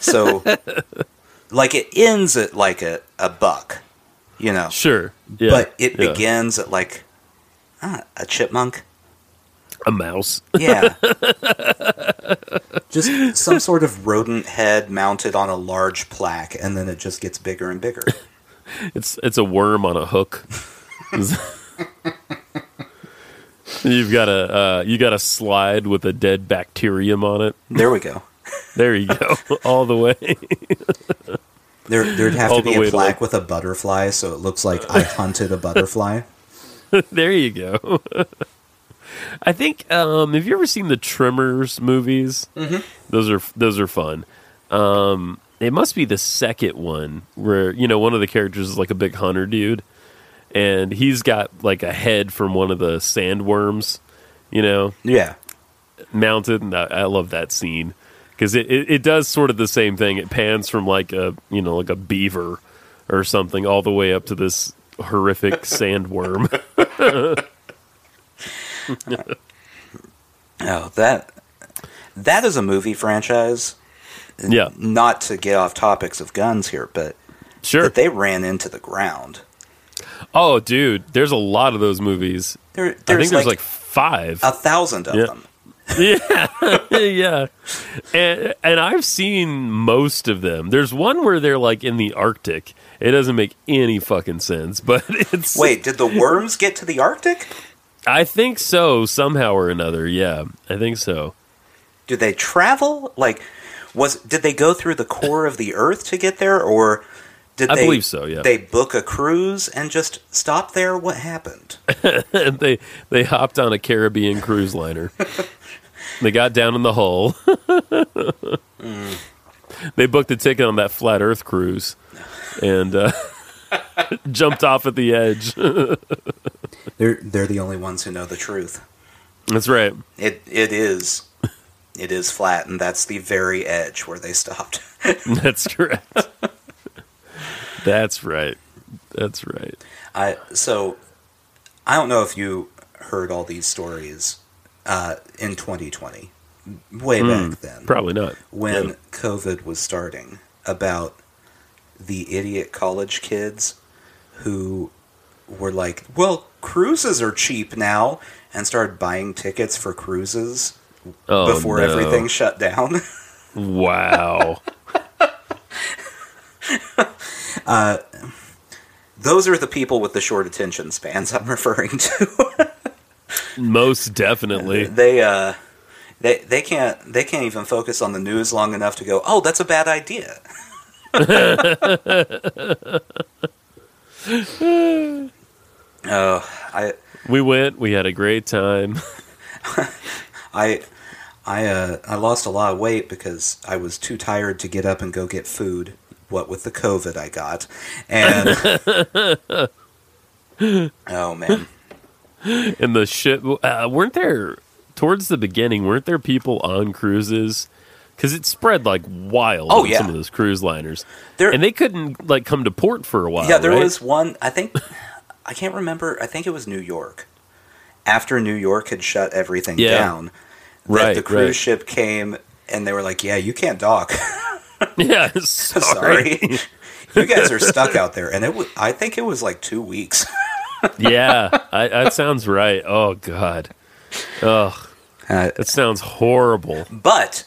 Speaker 1: So
Speaker 3: [LAUGHS]
Speaker 1: like it ends at like a, a buck, you know.
Speaker 3: Sure. Yeah.
Speaker 1: but it
Speaker 3: yeah.
Speaker 1: begins at like uh, a chipmunk.
Speaker 3: [LAUGHS] a mouse. [LAUGHS]
Speaker 1: Yeah. just some sort of rodent head mounted on a large plaque, and then it just gets bigger and bigger.
Speaker 3: It's it's a worm on
Speaker 1: [LAUGHS]
Speaker 3: a hook. You've got a uh, you got a slide with a dead bacterium on it.
Speaker 1: There we go.
Speaker 3: There you go, [LAUGHS] all the way.
Speaker 1: There, there'd have
Speaker 3: All
Speaker 1: to be
Speaker 3: the way
Speaker 1: a
Speaker 3: to,
Speaker 1: plaque
Speaker 3: like-
Speaker 1: with a butterfly, so it looks [LAUGHS] like I hunted a butterfly.
Speaker 3: there you go. [LAUGHS] I think um, have you ever seen the Tremors movies? Mm-hmm. Those are those are fun. Um, it must be the second one where you know one of the characters is like a big hunter dude, and he's got like a head from one of the sandworms, you know,
Speaker 1: Yeah.
Speaker 3: mounted. And I, I love that scene because it, it it does sort of the same thing. It pans from like a you know like a beaver or something all the way up to this horrific sandworm.
Speaker 1: Oh, that that is a movie franchise.
Speaker 3: yeah,
Speaker 1: Not to get off topics of guns here, but
Speaker 3: sure.
Speaker 1: that they ran into the ground.
Speaker 3: Oh, dude, there's a lot of those movies.
Speaker 1: There, there's,
Speaker 3: I think
Speaker 1: like,
Speaker 3: there's like five.
Speaker 1: a thousand of
Speaker 3: Yeah.
Speaker 1: them.
Speaker 3: yeah, [LAUGHS] yeah. And, and I've seen most of them. There's one where they're like in the Arctic. It doesn't make any fucking sense, [LAUGHS] but it's.
Speaker 1: Wait, did the worms get to the Arctic?
Speaker 3: I think so, somehow or another. Yeah, I think so. [LAUGHS]
Speaker 1: Did they travel? Like, was did they go through the core of the Earth to get there, or did
Speaker 3: I
Speaker 1: they?
Speaker 3: believe so, yeah.
Speaker 1: They book a cruise and just stop there. What happened?
Speaker 3: they they hopped on a Caribbean
Speaker 1: [LAUGHS]
Speaker 3: cruise liner. they got down in the hull. [LAUGHS]
Speaker 1: Mm.
Speaker 3: They booked a ticket on that flat Earth cruise, and uh, [LAUGHS] jumped off at the edge.
Speaker 1: They're they're the only ones who know the truth.
Speaker 3: That's right. [LAUGHS]
Speaker 1: It it is, it is flat, and that's the very edge where they stopped. [LAUGHS]
Speaker 3: That's correct. That's right. That's right.
Speaker 1: I so I don't know if you heard all these stories uh, in 2020, way back then,
Speaker 3: Probably not.
Speaker 1: when
Speaker 3: Hmm. Yeah.
Speaker 1: COVID was starting, about the idiot college kids who were like, "Well, cruises are cheap now," and started buying tickets for cruises
Speaker 3: Oh,
Speaker 1: before
Speaker 3: no.
Speaker 1: everything shut down. [LAUGHS]
Speaker 3: Wow.
Speaker 1: Those are the people with the short attention spans I'm [LAUGHS] referring to.
Speaker 3: Most definitely.
Speaker 1: they uh they they can't they can't even focus on the news long enough to go oh that's a bad
Speaker 3: [LAUGHS]
Speaker 1: idea oh i
Speaker 3: We went. We had a great time.
Speaker 1: i i uh i lost a lot of weight because i was too tired to get up and go get food what with the covid i got
Speaker 3: [LAUGHS]
Speaker 1: and oh man
Speaker 3: And the ship. Uh, weren't there towards the beginning? Weren't there people on cruises? Because it spread like wild.
Speaker 1: Oh,
Speaker 3: on
Speaker 1: yeah.
Speaker 3: Some of those cruise liners.
Speaker 1: There-
Speaker 3: and they couldn't like come to port for a while.
Speaker 1: Yeah, there
Speaker 3: Uh, right?
Speaker 1: was one. I think [LAUGHS] I can't remember. I think it was New York. After New York had shut everything
Speaker 3: Yeah.
Speaker 1: down, that
Speaker 3: Right,
Speaker 1: the cruise
Speaker 3: right.
Speaker 1: ship came and they were like, "Yeah, you can't
Speaker 3: [LAUGHS]
Speaker 1: dock.
Speaker 3: [LAUGHS]
Speaker 1: [LAUGHS]
Speaker 3: Yeah. [LAUGHS]
Speaker 1: Sorry, [LAUGHS]
Speaker 3: Sorry.
Speaker 1: you guys are stuck out there." And it, wa- I think it was like two weeks.
Speaker 3: yeah. I, that sounds right. Oh God. Oh,
Speaker 1: Uh,
Speaker 3: that sounds horrible.
Speaker 1: [LAUGHS] but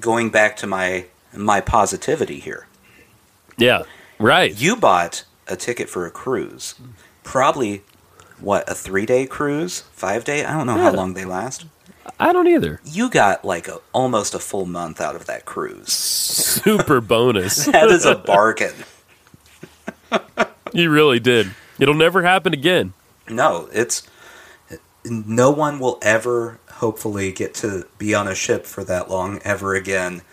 Speaker 1: going back to my my positivity here,
Speaker 3: Yeah. Right.
Speaker 1: you bought a ticket for a cruise, probably what a three day cruise, five day. I don't know how
Speaker 3: Yeah.
Speaker 1: long they last.
Speaker 3: I don't either.
Speaker 1: you got like a, almost a full month out of that cruise.
Speaker 3: Super bonus.
Speaker 1: That
Speaker 3: [LAUGHS]
Speaker 1: is a bargain.
Speaker 3: you really did. It'll never happen again.
Speaker 1: No, it's no one will ever hopefully get to be on a ship for that long ever again.
Speaker 3: [LAUGHS]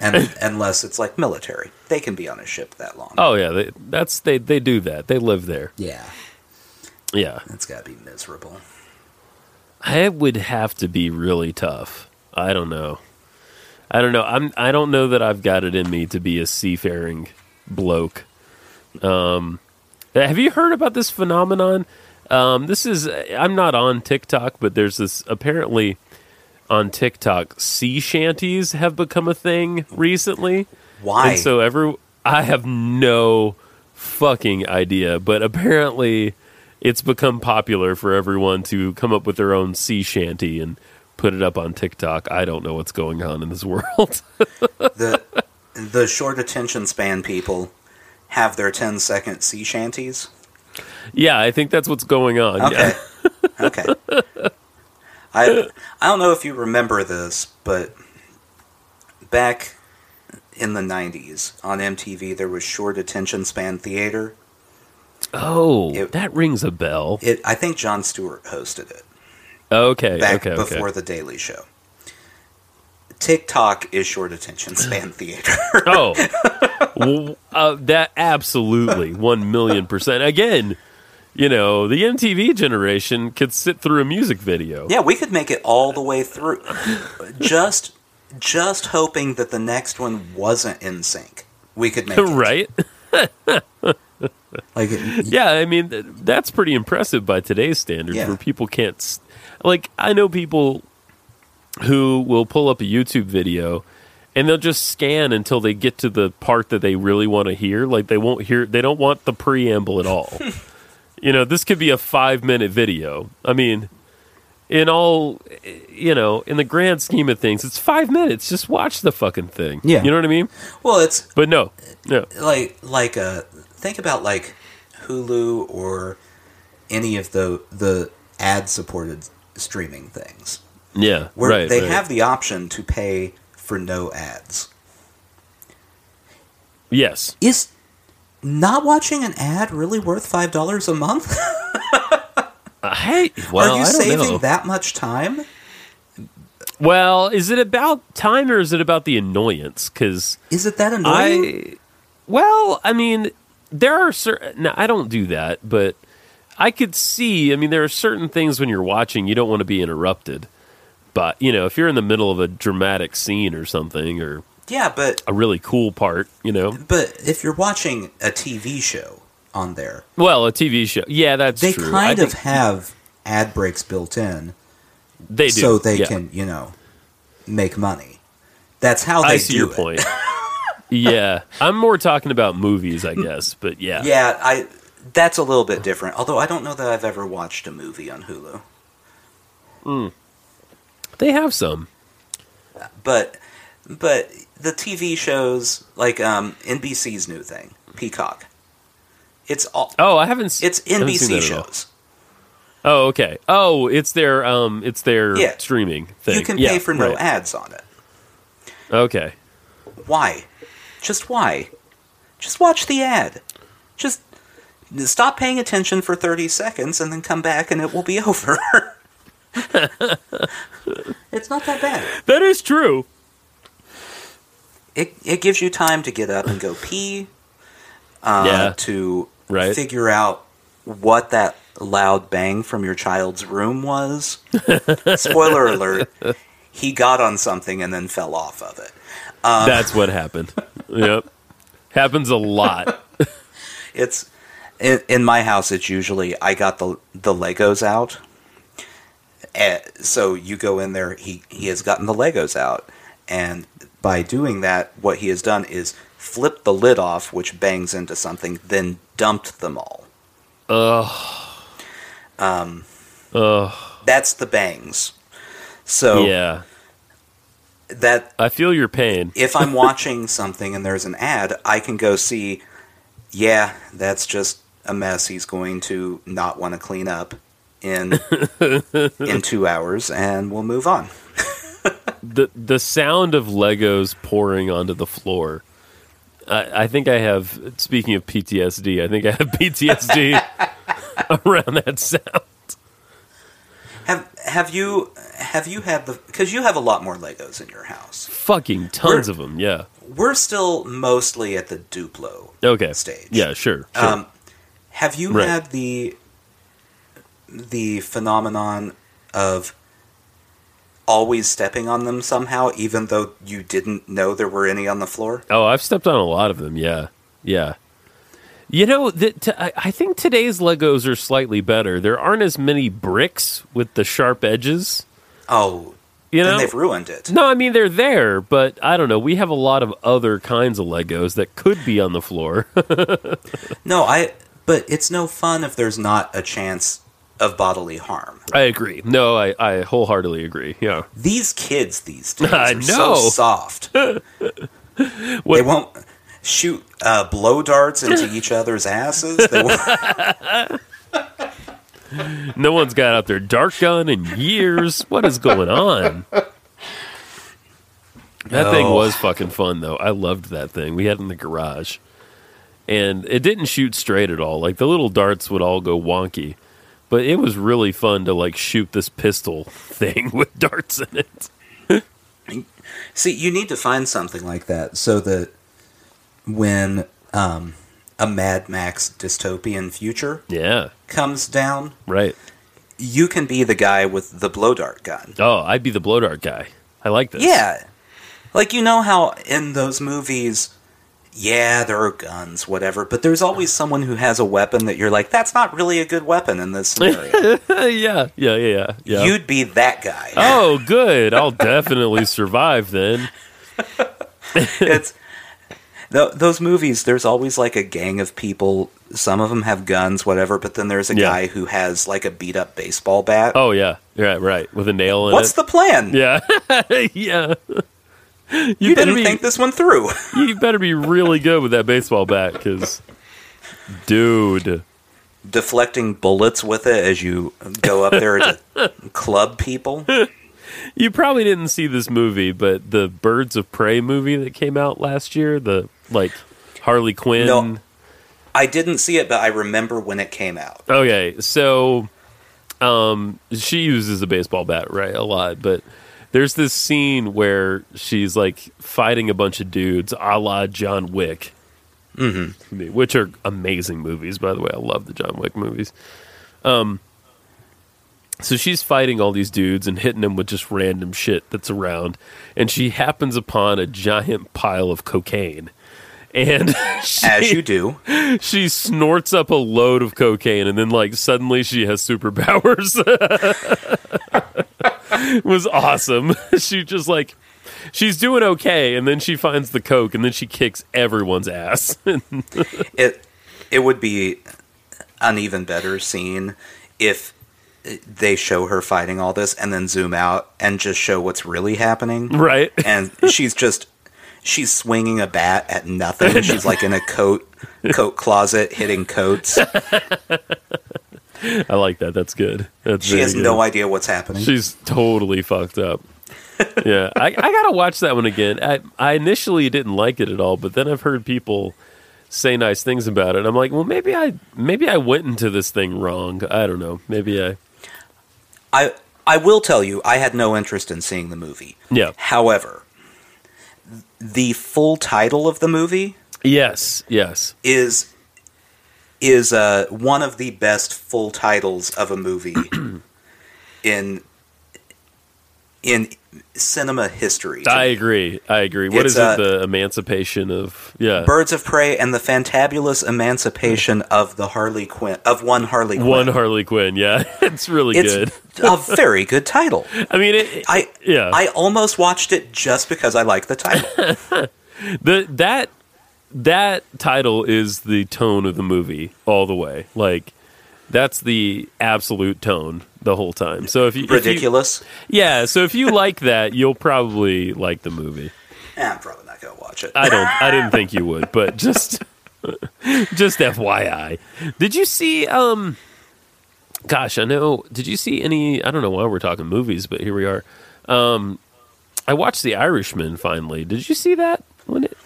Speaker 1: And unless it's like military, they can be on a ship that long.
Speaker 3: Oh yeah, they, that's they they do that. They live there.
Speaker 1: Yeah,
Speaker 3: Yeah.
Speaker 1: that's got to be miserable.
Speaker 3: I would have to be really tough. I don't know. I don't know. I'm I don't know that I've got it in me to be a seafaring bloke. Um have you heard about this phenomenon? Um this is I'm not on TikTok, but there's this apparently on TikTok sea shanties have become a thing recently.
Speaker 1: Why?
Speaker 3: And so [LAUGHS] every I have no fucking idea, but apparently it's become popular for everyone to come up with their own sea shanty and put it up on TikTok. I don't know what's going on in this [LAUGHS] world.
Speaker 1: the the short attention span people have their 10 second sea shanties.
Speaker 3: yeah, I think that's what's going on.
Speaker 1: Okay.
Speaker 3: Yeah.
Speaker 1: [LAUGHS] okay. I I don't know if you remember this, but back in the 90s on MTV there was short attention span theater.
Speaker 3: Oh,
Speaker 1: It-
Speaker 3: that rings a bell.
Speaker 1: It I think Jon Stewart hosted it
Speaker 3: Okay,
Speaker 1: back
Speaker 3: okay, okay.
Speaker 1: before the Daily Show. TikTok is short attention
Speaker 3: [LAUGHS]
Speaker 1: span theater.
Speaker 3: [LAUGHS] oh, Well, uh, that absolutely one million percent. Again, you know the MTV generation could sit through a music video.
Speaker 1: yeah, we could make it all the way through just just hoping that the next one wasn't in sync. We could make it.
Speaker 3: [LAUGHS] right?
Speaker 1: Like
Speaker 3: Yeah, I mean th- that's pretty impressive by today's standards,
Speaker 1: Yeah.
Speaker 3: where people can't. s- Like, I know people who will pull up a YouTube video and they'll just scan until they get to the part that they really want to hear. Like, they won't hear. They don't want the preamble
Speaker 1: [LAUGHS]
Speaker 3: at all. you know, this could be a five-minute video. I mean, in all, you know, in the grand scheme of things, it's five minutes. Just watch the fucking thing.
Speaker 1: Yeah.
Speaker 3: you know what I mean.
Speaker 1: well, it's
Speaker 3: But no, no,
Speaker 1: like like uh think about like Hulu or any of the the ad supported streaming things
Speaker 3: yeah,
Speaker 1: where
Speaker 3: right.
Speaker 1: they
Speaker 3: right.
Speaker 1: have the option to pay for no ads.
Speaker 3: yes.
Speaker 1: Is not watching an ad really worth five dollars a month? [LAUGHS]
Speaker 3: I, well,
Speaker 1: Are you
Speaker 3: I don't
Speaker 1: saving
Speaker 3: know.
Speaker 1: that much time?
Speaker 3: Well, is it about time or is it about the annoyance? Because
Speaker 1: Is it that annoying?
Speaker 3: I, well, I mean, there are certain. No, I don't do that, but I could see. I mean, there are certain things when you're watching you don't want to be interrupted. But you know, if you're in the middle of a dramatic scene or something, or
Speaker 1: yeah, but
Speaker 3: a really cool part, you know,
Speaker 1: but if you're watching a TV show on there,
Speaker 3: well, a TV show, yeah, that's
Speaker 1: they
Speaker 3: true. I
Speaker 1: kind of
Speaker 3: think-
Speaker 1: have ad breaks built in,
Speaker 3: They do.
Speaker 1: so they
Speaker 3: yeah.
Speaker 1: can you know make money. That's how they
Speaker 3: I see
Speaker 1: do
Speaker 3: your
Speaker 1: it. [LAUGHS]
Speaker 3: point. yeah, I'm more talking about movies, I guess. But yeah,
Speaker 1: Yeah, I that's a little bit different. Although I don't know that I've ever watched a movie on Hulu.
Speaker 3: they have some.
Speaker 1: But but the TV shows like um, NBC's new thing, Peacock. It's all
Speaker 3: Oh, I haven't. s-
Speaker 1: it's
Speaker 3: I haven't seen
Speaker 1: NBC
Speaker 3: that at all.
Speaker 1: shows.
Speaker 3: Oh, okay. Oh, it's their um, it's their
Speaker 1: Yeah.
Speaker 3: streaming thing.
Speaker 1: You can
Speaker 3: Yeah,
Speaker 1: pay for no
Speaker 3: right.
Speaker 1: ads on it.
Speaker 3: Okay.
Speaker 1: Why? Just why? Just watch the ad. Just stop paying attention for 30 seconds and then come back and it will be [LAUGHS] over. it's not that bad.
Speaker 3: That is true.
Speaker 1: It, it gives you time to get up and go pee, uh,
Speaker 3: Yeah.
Speaker 1: to
Speaker 3: Right.
Speaker 1: figure out what that loud bang from your child's room
Speaker 3: [LAUGHS]
Speaker 1: was. Spoiler alert, he got on something and then fell off of it. Uh.
Speaker 3: That's
Speaker 1: [LAUGHS]
Speaker 3: what happened. yep. Happens a lot.
Speaker 1: It's in, in my house. It's usually I got the the Legos out, and so you go in there. He he has gotten the Legos out, and by doing that, what he has done is flipped the lid off, which bangs into something, then dumped them all. Um.
Speaker 3: Ugh.
Speaker 1: That's the bangs. So
Speaker 3: Yeah.
Speaker 1: that
Speaker 3: I feel your pain.
Speaker 1: if I'm watching something and there's an ad, I can go see. Yeah, that's just a mess. He's going to not want to clean up in in two hours, and we'll move on.
Speaker 3: the the sound of Legos pouring onto the floor. I, I think I have. Speaking of PTSD, I think I
Speaker 1: [LAUGHS]
Speaker 3: have [LAUGHS] PTSD around that sound.
Speaker 1: Have have you have you had the? Because you have a lot more Legos in your house.
Speaker 3: Fucking tons of them. Yeah.
Speaker 1: We're still mostly at the Duplo.
Speaker 3: Okay.
Speaker 1: Stage.
Speaker 3: Yeah. Sure. sure.
Speaker 1: Um, have you
Speaker 3: Right.
Speaker 1: had the the phenomenon of always stepping on them somehow, even though you didn't know there were any on the floor?
Speaker 3: Oh, I've stepped on a lot of them. Yeah, yeah. You know, the, t- I I think today's Legos are slightly better. There aren't as many bricks with the sharp edges.
Speaker 1: Oh,
Speaker 3: You
Speaker 1: then
Speaker 3: know,
Speaker 1: they've ruined it.
Speaker 3: no, I mean they're there, but I don't know. We have a lot of other kinds of Legos that could be on the floor. [LAUGHS]
Speaker 1: No, I. But it's no fun if there's not a chance of bodily harm.
Speaker 3: I agree. No, I, I wholeheartedly agree. Yeah,
Speaker 1: These kids these days
Speaker 3: [LAUGHS] I
Speaker 1: are so
Speaker 3: know. [LAUGHS]
Speaker 1: soft. They
Speaker 3: What-
Speaker 1: won't shoot uh, blow darts
Speaker 3: [LAUGHS]
Speaker 1: into each other's asses. They won't.
Speaker 3: no one's got out their dart gun in years. What is going on? That thing
Speaker 1: No.
Speaker 3: was fucking fun though. I loved that thing. We had it in the garage. And it didn't shoot straight at all. Like the little darts would all go wonky. But it was really fun to like shoot this pistol [LAUGHS] thing with darts in it.
Speaker 1: See, you need to find something like that so that when um, a Mad Max dystopian future
Speaker 3: Yeah.
Speaker 1: comes down,
Speaker 3: Right.
Speaker 1: you can be the guy with the blow dart gun.
Speaker 3: Oh, I'd be the blow dart guy. I like this.
Speaker 1: Yeah. Like, you know how in those movies, yeah, there are guns, whatever, but there's always someone who has a weapon that you're like, that's not really a good weapon in this scenario.
Speaker 3: [LAUGHS] yeah. Yeah. Yeah. Yeah. [LAUGHS] Yeah.
Speaker 1: You'd be that guy.
Speaker 3: oh, good. I'll definitely survive then.
Speaker 1: [LAUGHS] it's th- those movies there's always like a gang of people some of them have guns whatever but then there's a
Speaker 3: Yeah.
Speaker 1: guy who has like a beat up baseball bat
Speaker 3: Oh yeah, right, right. With a nail in
Speaker 1: what's
Speaker 3: it.
Speaker 1: the plan
Speaker 3: yeah, [LAUGHS] yeah. You,
Speaker 1: you
Speaker 3: better
Speaker 1: didn't
Speaker 3: be
Speaker 1: think this one through [LAUGHS]
Speaker 3: you better be really good with that baseball bat, because dude,
Speaker 1: deflecting bullets with it as you go up there
Speaker 3: [LAUGHS]
Speaker 1: to club people
Speaker 3: you probably didn't see this movie, but the Birds of Prey movie that came out last year, the like Harley Quinn.
Speaker 1: No. i didn't see it but i remember when it came out
Speaker 3: Okay, so um she uses a baseball bat, right, a lot, but there's this scene where she's like fighting a bunch of dudes, a la John Wick. Mm-hmm. Which are amazing movies, by the way. I love the John Wick movies. Um so she's fighting all these dudes and hitting them with just random shit that's around, and she happens upon a giant pile of cocaine and [LAUGHS] she,
Speaker 1: as [LAUGHS] you do.
Speaker 3: she snorts up a load of cocaine and then like suddenly she has superpowers [LAUGHS] It was awesome [LAUGHS] she just like she's doing okay and then she finds the coke and then she kicks everyone's ass [LAUGHS]
Speaker 1: It it would be an even better scene if they show her fighting all this and then zoom out and just show what's really happening.
Speaker 3: right
Speaker 1: and she's just she's swinging a bat at [LAUGHS] nothing. She's like in a coat coat closet hitting coats.
Speaker 3: i like that that's good that's
Speaker 1: She has
Speaker 3: very
Speaker 1: no
Speaker 3: good.
Speaker 1: idea what's happening.
Speaker 3: she's totally fucked up yeah I, I gotta watch that one again I, I initially didn't like it at all but then i've heard people say nice things about it i'm like well maybe i maybe i went into this thing wrong i don't know maybe i
Speaker 1: I I will tell you, I had no interest in seeing the movie.
Speaker 3: yeah
Speaker 1: However, the full title of the movie
Speaker 3: Yes, yes.
Speaker 1: is is uh, one of the best full titles of a
Speaker 3: [CLEARS THROAT]
Speaker 1: movie in in cinema history.
Speaker 3: I agree. I agree. What
Speaker 1: It's,
Speaker 3: is
Speaker 1: uh,
Speaker 3: it? The emancipation of yeah,
Speaker 1: Birds of Prey and the Fantabulous
Speaker 3: [LAUGHS]
Speaker 1: Emancipation of the Harley Quinn of one Harley Quinn.
Speaker 3: one Harley Quinn. Yeah, [LAUGHS] it's really
Speaker 1: it's
Speaker 3: good.
Speaker 1: a very good title.
Speaker 3: I mean, it,
Speaker 1: I
Speaker 3: [LAUGHS] yeah.
Speaker 1: I almost watched it just because I like the
Speaker 3: [LAUGHS]
Speaker 1: title.
Speaker 3: the that that title is the tone of the movie all the way. Like that's the absolute tone the whole time. So if you if you-
Speaker 1: Ridiculous.
Speaker 3: yeah. So if you like that, you'll probably like the movie.
Speaker 1: Eh, I'm probably not gonna watch it.
Speaker 3: I don't. I didn't think you would, but just, just FYI. Did you see? Um, gosh, I know. Did you see any? I don't know why we're talking movies, but here we are. Um, I watched The Irishman finally. Did you see that? When it,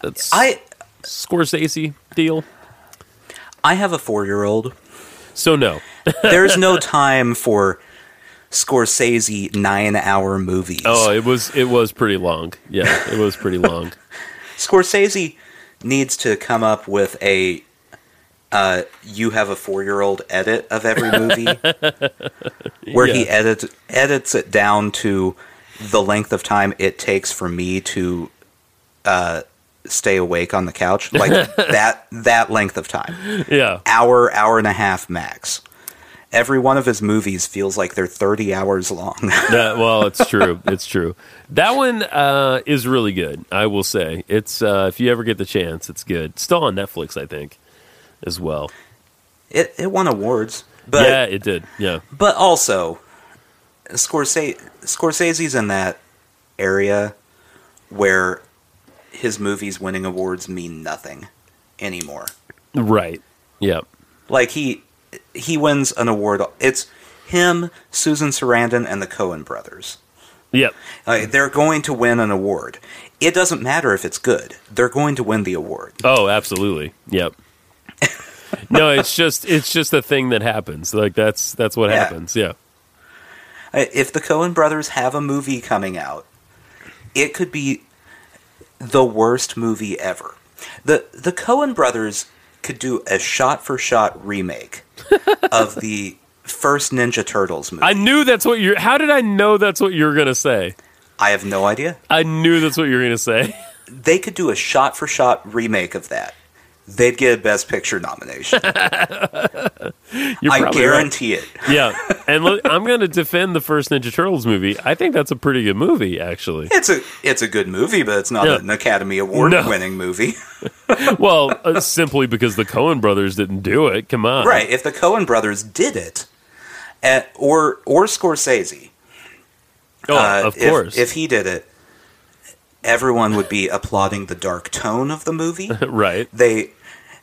Speaker 3: that's
Speaker 1: I
Speaker 3: Scorsese deal.
Speaker 1: I have a four year old.
Speaker 3: So no.
Speaker 1: There's no time for Scorsese nine hour movies.
Speaker 3: Oh, it was it was pretty long. Yeah, it was pretty long.
Speaker 1: Scorsese needs to come up with a uh, you have a four year old edit of every
Speaker 3: [LAUGHS]
Speaker 1: movie where he
Speaker 3: Yeah.
Speaker 1: edits edits it down to the length of time it takes for me to uh, stay awake on the couch
Speaker 3: [LAUGHS]
Speaker 1: like that that length of time
Speaker 3: Yeah.
Speaker 1: hour hour and a half max every one of his movies feels like they're 30 hours long [LAUGHS]
Speaker 3: That- well, it's true. It's true. That one uh, is really good. I will say it's uh, if you ever get the chance, it's good. Still on Netflix, I think, as well.
Speaker 1: it, it won awards but
Speaker 3: yeah, it did. Yeah,
Speaker 1: But also, Scorsese, Scorsese's in that area where his movies winning awards mean nothing anymore.
Speaker 3: right. Yeah,
Speaker 1: Like he he wins an award. It's him, Susan Sarandon, and the Cohen brothers.
Speaker 3: yep.
Speaker 1: Like, they're going to win an award. It doesn't matter if it's good. They're going to win the award.
Speaker 3: Oh, absolutely. Yep. no, it's just it's just a thing that happens. Like that's that's what
Speaker 1: Yeah.
Speaker 3: happens. Yeah.
Speaker 1: Uh, If the Cohen brothers have a movie coming out, it could be the worst movie ever. The the Cohen brothers could do a shot for shot
Speaker 3: [LAUGHS]
Speaker 1: remake of the first Ninja Turtles movie.
Speaker 3: I
Speaker 1: I,
Speaker 3: knew that's what you're. How did I know that's what you were gonna say?
Speaker 1: have no idea.
Speaker 3: I knew that's what you were gonna say. [LAUGHS]
Speaker 1: They could do a shot for shot remake of that. They'd get a Best Picture nomination.
Speaker 3: [LAUGHS] You're
Speaker 1: I
Speaker 3: probably right.
Speaker 1: guarantee it.
Speaker 3: Yeah, and look, I'm going to defend the first Ninja Turtles movie. I think that's a pretty good movie, actually.
Speaker 1: It's a it's a good movie, but it's not
Speaker 3: Yeah.
Speaker 1: an Academy Award
Speaker 3: No. Uh-huh.
Speaker 1: winning movie.
Speaker 3: Well, uh, simply because the Cohen brothers didn't do it. Come on,
Speaker 1: Right. If the Cohen brothers did it, uh, or or Scorsese,
Speaker 3: Oh,
Speaker 1: uh,
Speaker 3: of
Speaker 1: if-
Speaker 3: course,
Speaker 1: if, he did it, everyone would be applauding the dark tone of the
Speaker 3: [LAUGHS]
Speaker 1: movie.
Speaker 3: right.
Speaker 1: they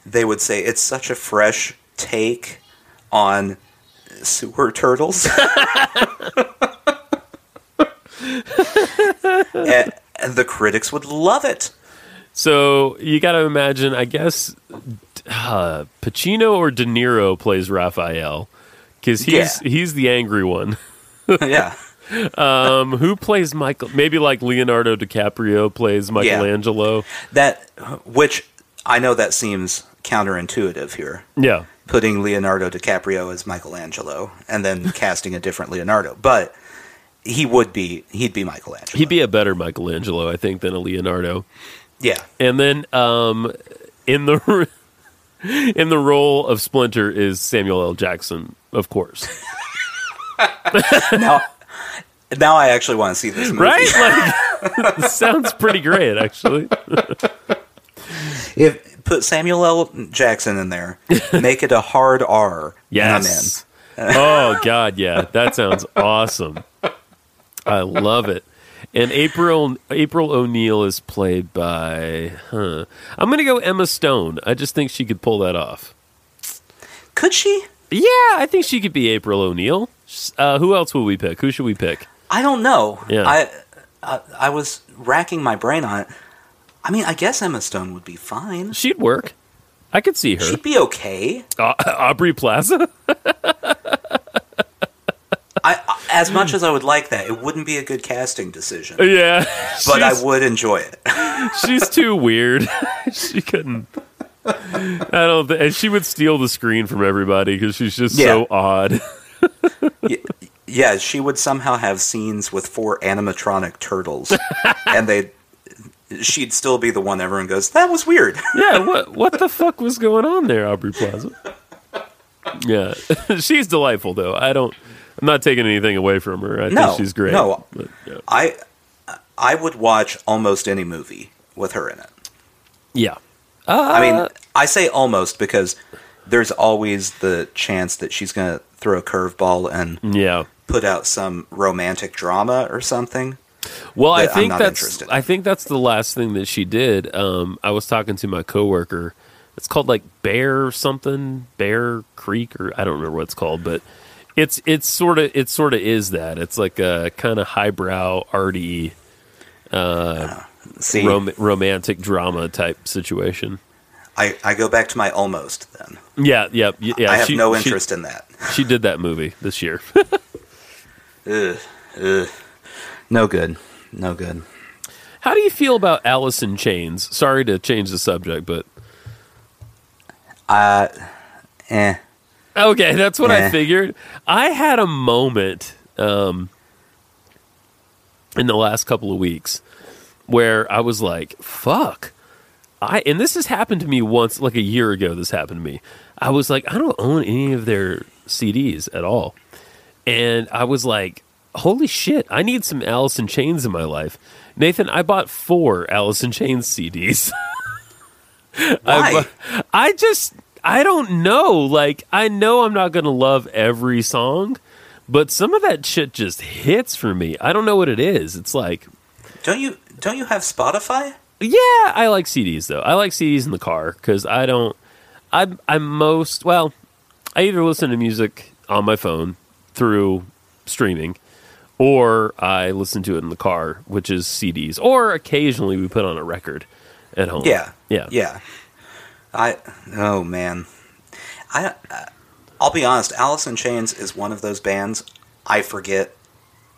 Speaker 1: they would say it's such a fresh take on sewer
Speaker 3: [LAUGHS]
Speaker 1: turtles. and, and the critics would love
Speaker 3: [LAUGHS]
Speaker 1: it.
Speaker 3: So you got to imagine. I guess uh, Pacino or De Niro plays Raphael because he's
Speaker 1: Yeah.
Speaker 3: he's the angry one.
Speaker 1: yeah.
Speaker 3: Um, who plays Michael? Maybe like Leonardo DiCaprio plays Michelangelo.
Speaker 1: That which I know that seems counterintuitive here.
Speaker 3: Yeah,
Speaker 1: putting Leonardo DiCaprio as Michelangelo and
Speaker 3: [LAUGHS]
Speaker 1: then casting a different Leonardo. But he would be he'd be Michelangelo.
Speaker 3: he'd be a better Michelangelo, I think, than a Leonardo.
Speaker 1: Yeah.
Speaker 3: And then um, in the [LAUGHS] in the role of Splinter is Samuel L. Jackson, of course.
Speaker 1: Now, now I actually want to see this movie.
Speaker 3: Right? [LAUGHS] Like sounds pretty great actually.
Speaker 1: If put Samuel L. Jackson in
Speaker 3: [LAUGHS]
Speaker 1: there, make it a hard R.
Speaker 3: Yes. oh god, yeah. That sounds awesome. I love it. And April April O'Neil is played by huh. I'm going to go Emma Stone. I just think she could pull that off.
Speaker 1: And I'm in. Could she?
Speaker 3: Yeah, I think she could be April O'Neil. Uh, who else will we pick? Who should we pick?
Speaker 1: I don't know.
Speaker 3: Yeah.
Speaker 1: I, I I was racking my brain on it. I mean, I guess Emma Stone would be fine.
Speaker 3: She'd work. I could see her.
Speaker 1: She'd be okay.
Speaker 3: Uh, [LAUGHS] Aubrey Plaza?
Speaker 1: I, I- as much as I would like that, it wouldn't be a good casting decision,
Speaker 3: [LAUGHS] yeah.
Speaker 1: but I
Speaker 3: she's,
Speaker 1: would enjoy it.
Speaker 3: she's too weird. [LAUGHS] she couldn't. I don't think. And she would steal the screen from everybody because she's just so
Speaker 1: Yeah.
Speaker 3: odd. [LAUGHS]
Speaker 1: Y- yeah, she would somehow have scenes with four animatronic
Speaker 3: [LAUGHS]
Speaker 1: turtles, and they, she'd still be the one everyone goes, "That was weird."
Speaker 3: yeah, what what the fuck was going on there, Aubrey Plaza? Yeah, [LAUGHS] she's delightful though. I don't. I'm not taking anything away from her. I
Speaker 1: No,
Speaker 3: think she's great.
Speaker 1: no.
Speaker 3: But, yeah.
Speaker 1: I, I would watch almost any movie with her in it.
Speaker 3: yeah.
Speaker 1: I
Speaker 3: Uh.
Speaker 1: mean, I say almost because there's always the chance that she's going to throw a curveball and
Speaker 3: Yeah.
Speaker 1: put out some romantic drama or something.
Speaker 3: Well, I
Speaker 1: that I'm
Speaker 3: think
Speaker 1: not
Speaker 3: that's
Speaker 1: interested.
Speaker 3: I think that's the last thing that she did. Um, I was talking to my coworker. It's called like Bear something, Bear Creek, or I don't remember what it's called, but it's it's sort of it sort of is that. It's like a kind of highbrow, arty,
Speaker 1: See,
Speaker 3: rom- romantic drama type situation.
Speaker 1: I, I go back to my almost then.
Speaker 3: Yeah, yeah, y- yeah.
Speaker 1: I have
Speaker 3: she-
Speaker 1: no
Speaker 3: she-
Speaker 1: interest in that.
Speaker 3: She, did that movie this year. [LAUGHS]
Speaker 1: Ugh, ugh. No good. No good.
Speaker 3: How do you feel about Alice in Chains? Sorry to change the subject, but
Speaker 1: Uh, Eh.
Speaker 3: Okay, that's what I
Speaker 1: Yeah.
Speaker 3: figured. I had a moment um, in the last couple of weeks where I was like, "Fuck." I and this has happened to me once like a year ago this happened to me. I was like, "I don't own any of their CDs at all." And I was like, "Holy shit, I need some Alice in Chains in my life." Nathan, I bought 4 Alice in Chains [LAUGHS] CDs.
Speaker 1: Why?
Speaker 3: I, bu- I just I don't know. Like I know I'm not gonna love every song, but some of that shit just hits for me. I don't know what it is. It's like
Speaker 1: don't you don't you have Spotify?
Speaker 3: yeah, I like CDs though. I like CDs in the car because I don't. I I most well, I either listen to music on my phone through streaming, or I listen to it in the car, which is CDs. Or occasionally we put on a record at home.
Speaker 1: Yeah.
Speaker 3: yeah,
Speaker 1: Yeah. I oh man. I uh, I'll be honest, Alice in Chains is one of those bands I forget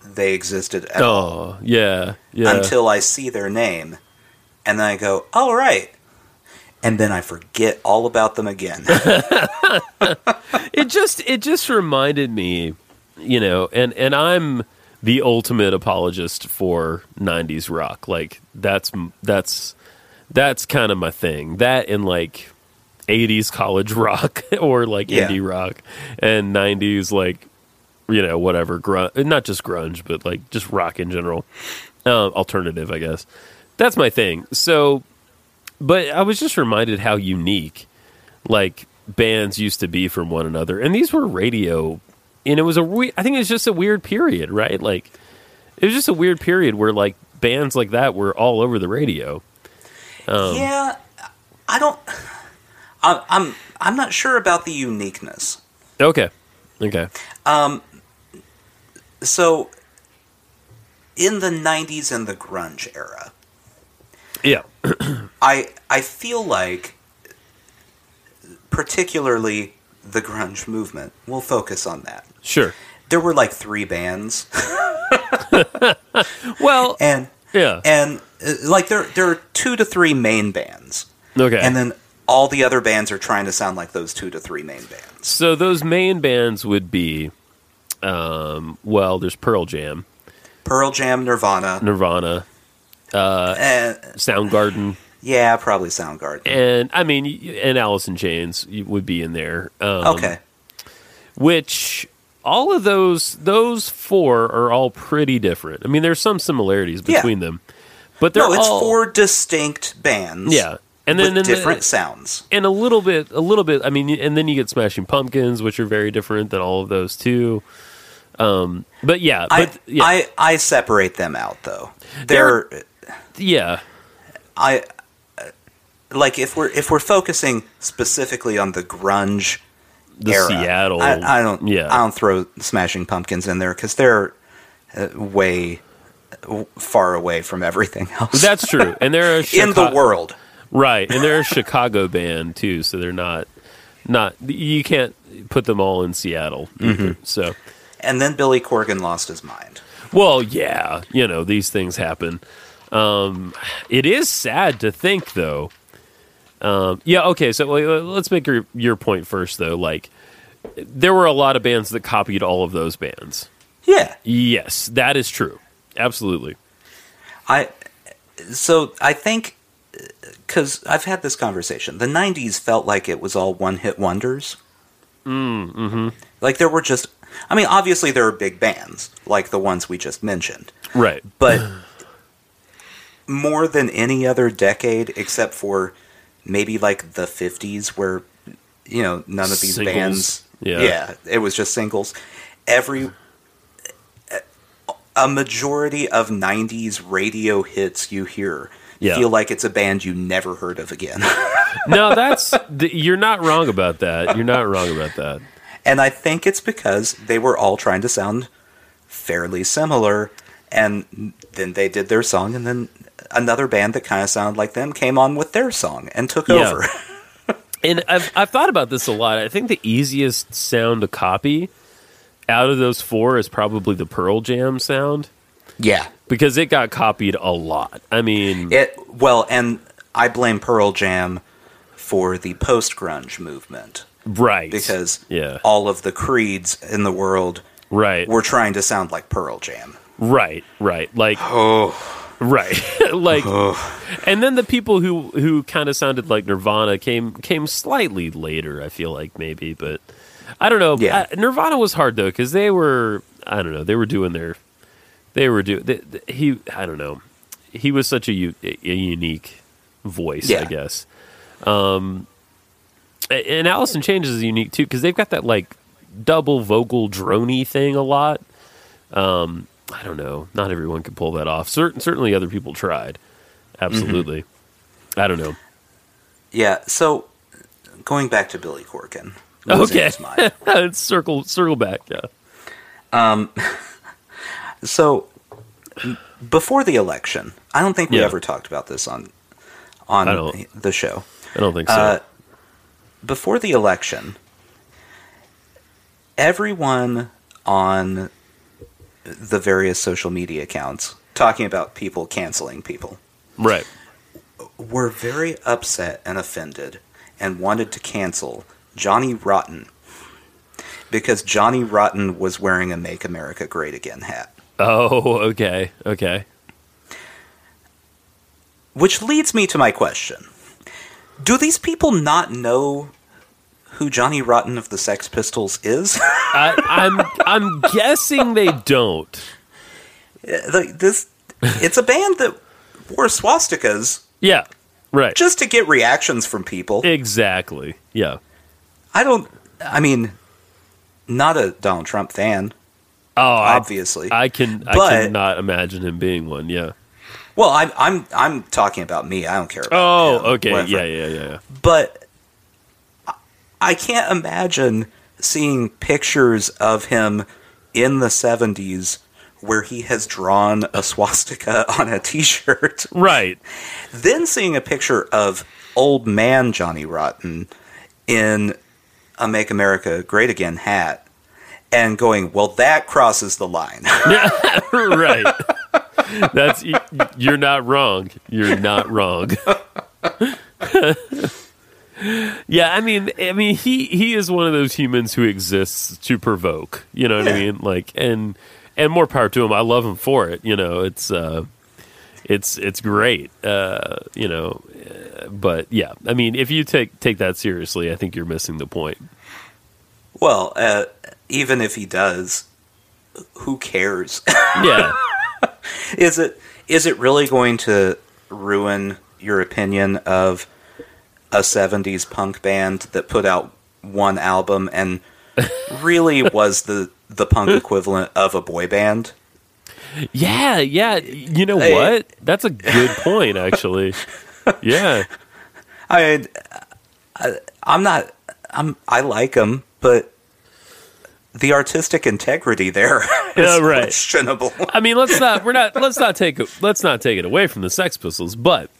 Speaker 1: they existed at all
Speaker 3: Oh yeah, yeah.
Speaker 1: until I see their name and then I go, "All right." And then I forget all about them
Speaker 3: [LAUGHS]
Speaker 1: again.
Speaker 3: it just it just reminded me, you know, and and I'm the ultimate apologist for 90s rock. Like that's that's that's kind of my thing. That and like 80s college rock [LAUGHS] or like
Speaker 1: Yeah.
Speaker 3: indie rock and 90s like you know whatever grunge not just grunge but like just rock in general um, alternative i guess that's my thing so but i was just reminded how unique like bands used to be from one another and these were radio and it was a we- i think it was just a weird period right like it was just a weird period where like bands like that were all over the radio Um.
Speaker 1: yeah, I don't I, I'm I'm not sure about the uniqueness.
Speaker 3: okay okay
Speaker 1: So in the 90s and the grunge era,
Speaker 3: yeah [LAUGHS]
Speaker 1: I I feel like particularly the grunge movement. We'll focus on that.
Speaker 3: sure
Speaker 1: There were like three bands
Speaker 3: well
Speaker 1: and
Speaker 3: yeah
Speaker 1: and uh, like there there are two to three main bands.
Speaker 3: okay
Speaker 1: And then all the other bands are trying to sound like those two to three main bands.
Speaker 3: So those main bands would be, um, well, there's Pearl Jam,
Speaker 1: Pearl Jam, Nirvana,
Speaker 3: Nirvana,
Speaker 1: and
Speaker 3: Soundgarden,
Speaker 1: Yeah, probably Soundgarden.
Speaker 3: and I mean, y- and Alice in Chains you- would be in there. Um,
Speaker 1: okay.
Speaker 3: which all of those those four are all pretty different. I mean, there's some similarities
Speaker 1: Yeah.
Speaker 3: between them, but they're
Speaker 1: No, it's
Speaker 3: all,
Speaker 1: four distinct bands.
Speaker 3: Yeah, and then
Speaker 1: with
Speaker 3: in the-
Speaker 1: different sounds.
Speaker 3: and a little bit, a little bit. I mean, and then you get Smashing Pumpkins, which are very different than all of those too. Um, but yeah, but
Speaker 1: I,
Speaker 3: yeah,
Speaker 1: I I separate them out though. They're,
Speaker 3: yeah,
Speaker 1: I like if we're if we're focusing specifically on the grunge
Speaker 3: the
Speaker 1: era,
Speaker 3: Seattle.
Speaker 1: I, I don't
Speaker 3: Yeah,
Speaker 1: I don't throw Smashing Pumpkins in there because they're uh, way uh, far away from everything else
Speaker 3: that's true. And they're a
Speaker 1: [LAUGHS] in the
Speaker 3: Chica-
Speaker 1: world.
Speaker 3: right? And they're a Chicago band too, so they're not not. You can't put them all in Seattle. either.
Speaker 1: Mm-hmm.
Speaker 3: So
Speaker 1: And then Billy Corgan lost his mind.
Speaker 3: Well, yeah, you know these things happen. Um, it is sad to think, though. Um, yeah, okay. So wait, wait, let's make your your point first, though. Like, there were a lot of bands that copied all of those bands.
Speaker 1: Yeah,
Speaker 3: Yes, that is true. Absolutely.
Speaker 1: I so I think because I've had this conversation. The '90s felt like it was all one-hit wonders. Mm-hmm. Like there were just, I mean, obviously there are big bands like the ones we just mentioned,
Speaker 3: Right.
Speaker 1: but more than any other decade, except for maybe like the '50s, where you know none of these
Speaker 3: Singles.
Speaker 1: bands,
Speaker 3: Yeah.
Speaker 1: it was just singles. Every a majority of 90s radio hits you hear
Speaker 3: Yeah.
Speaker 1: feel like it's a band you never heard of again.
Speaker 3: No, that's th- you're not wrong about that. You're not wrong about that.
Speaker 1: and I think it's because they were all trying to sound fairly similar and then they did their song and then another band that kind of sounded like them came on with their song and took
Speaker 3: Yeah.
Speaker 1: over.
Speaker 3: And I've I've thought about this a lot. I think the easiest sound to copy out of those four is probably the Pearl Jam sound.
Speaker 1: [LAUGHS] yeah.
Speaker 3: because it got copied a lot. I mean,
Speaker 1: It well and I blame Pearl Jam for the post-grunge movement
Speaker 3: right?
Speaker 1: because
Speaker 3: yeah,
Speaker 1: all of the creeds in the world
Speaker 3: right,
Speaker 1: were trying to sound like Pearl Jam.
Speaker 3: right, right, like
Speaker 1: Oh.
Speaker 3: right, [LAUGHS] like,
Speaker 1: Uh-huh.
Speaker 3: and then the people who who kind of sounded like Nirvana came came slightly later. I feel like maybe, but I don't know.
Speaker 1: Yeah.
Speaker 3: I- Nirvana was hard though because they were I don't know they were doing their they were doing they, they- he I don't know he was such a, u- a unique voice I
Speaker 1: Yeah.
Speaker 3: guess. Um, a- and Alice in Chains is unique too because they've got that like double vocal drony thing a lot. Um, I don't know. Not everyone could pull that off. Certain certainly other people tried. Absolutely.
Speaker 1: Mm-hmm.
Speaker 3: I don't know.
Speaker 1: Yeah, so going back to Billy Corgan. losing
Speaker 3: Okay.
Speaker 1: his
Speaker 3: [LAUGHS]
Speaker 1: mind.
Speaker 3: circle circle back. Yeah.
Speaker 1: So m- before the election, I don't think we
Speaker 3: Yeah.
Speaker 1: ever talked about this on
Speaker 3: I
Speaker 1: on
Speaker 3: don't.
Speaker 1: the show.
Speaker 3: I don't think so.
Speaker 1: Uh, before the election, everyone on the various social media accounts talking about people canceling people
Speaker 3: right.
Speaker 1: were very upset and offended and wanted to cancel Johnny Rotten because Johnny Rotten was wearing a Make America Great Again hat.
Speaker 3: Oh, okay, okay.
Speaker 1: Which leads me to my question Do these people not know who Johnny Rotten of the Sex Pistols is? [LAUGHS]
Speaker 3: I, I'm I'm guessing they don't.
Speaker 1: Like, this, it's a band that wore swastikas
Speaker 3: Yeah, right.
Speaker 1: just to get reactions from people.
Speaker 3: exactly. Yeah.
Speaker 1: I don't, I mean, not a Donald Trump fan,
Speaker 3: Oh, I,
Speaker 1: obviously.
Speaker 3: I can
Speaker 1: But-
Speaker 3: I cannot imagine him being one. Yeah.
Speaker 1: Well, I'm I'm I'm talking about me. I don't care. About
Speaker 3: Oh,
Speaker 1: him,
Speaker 3: okay.
Speaker 1: whatever.
Speaker 3: Yeah, yeah, yeah, yeah.
Speaker 1: But I- I can't imagine seeing pictures of him in the '70s where he has drawn a swastika [LAUGHS] on a T-shirt.
Speaker 3: Right.
Speaker 1: then seeing a picture of old man Johnny Rotten in a "Make America Great Again" hat. And going, well, that crosses the line. [LAUGHS]
Speaker 3: [LAUGHS] right. That's y- you're not wrong. You're not wrong. [LAUGHS] yeah, I mean, I mean, he he is one of those humans who exists to provoke. You know what I
Speaker 1: Yeah.
Speaker 3: mean? Like, and and more power to him. I love him for it. You know, it's uh, it's it's great. Uh, you know, uh, but yeah, I mean, if you take take that seriously, I think you're missing the point.
Speaker 1: Well, uh, even if he does, who cares?
Speaker 3: Yeah,
Speaker 1: is it is it really going to ruin your opinion of a 70s punk band that put out one album
Speaker 3: [LAUGHS]
Speaker 1: and really was the the punk equivalent of a boy band
Speaker 3: yeah, yeah. You know
Speaker 1: Hey.
Speaker 3: what? That's a good point, actually. Yeah,
Speaker 1: i mean, I, i'm not i'm i like them but the artistic integrity there [LAUGHS] is
Speaker 3: Yeah, right. [LAUGHS]
Speaker 1: questionable
Speaker 3: I mean, let's not we're not let's not take it let's not take it away from the Sex Pistols, but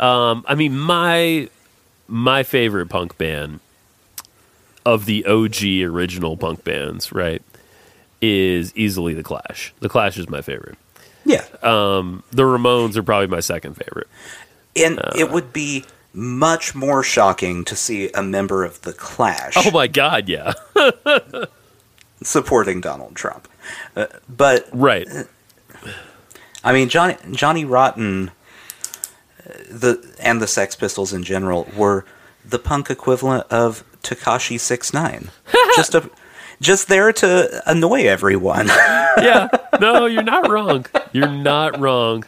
Speaker 3: um, I mean my my favorite punk band of the OG original punk bands, right, is easily the Clash. The Clash is my favorite.
Speaker 1: yeah
Speaker 3: Uh, The Ramones are probably my second favorite.
Speaker 1: and
Speaker 3: uh.
Speaker 1: it would be much more shocking to see a member of the clash
Speaker 3: Oh my god, yeah,
Speaker 1: supporting donald trump Uh, but
Speaker 3: right.
Speaker 1: I mean, Johnny Johnny Rotten, uh, the and the Sex Pistols in general were the punk equivalent of Takashi Six Nine, just a, just there to annoy everyone. [LAUGHS]
Speaker 3: yeah. No, you're not wrong. You're not wrong.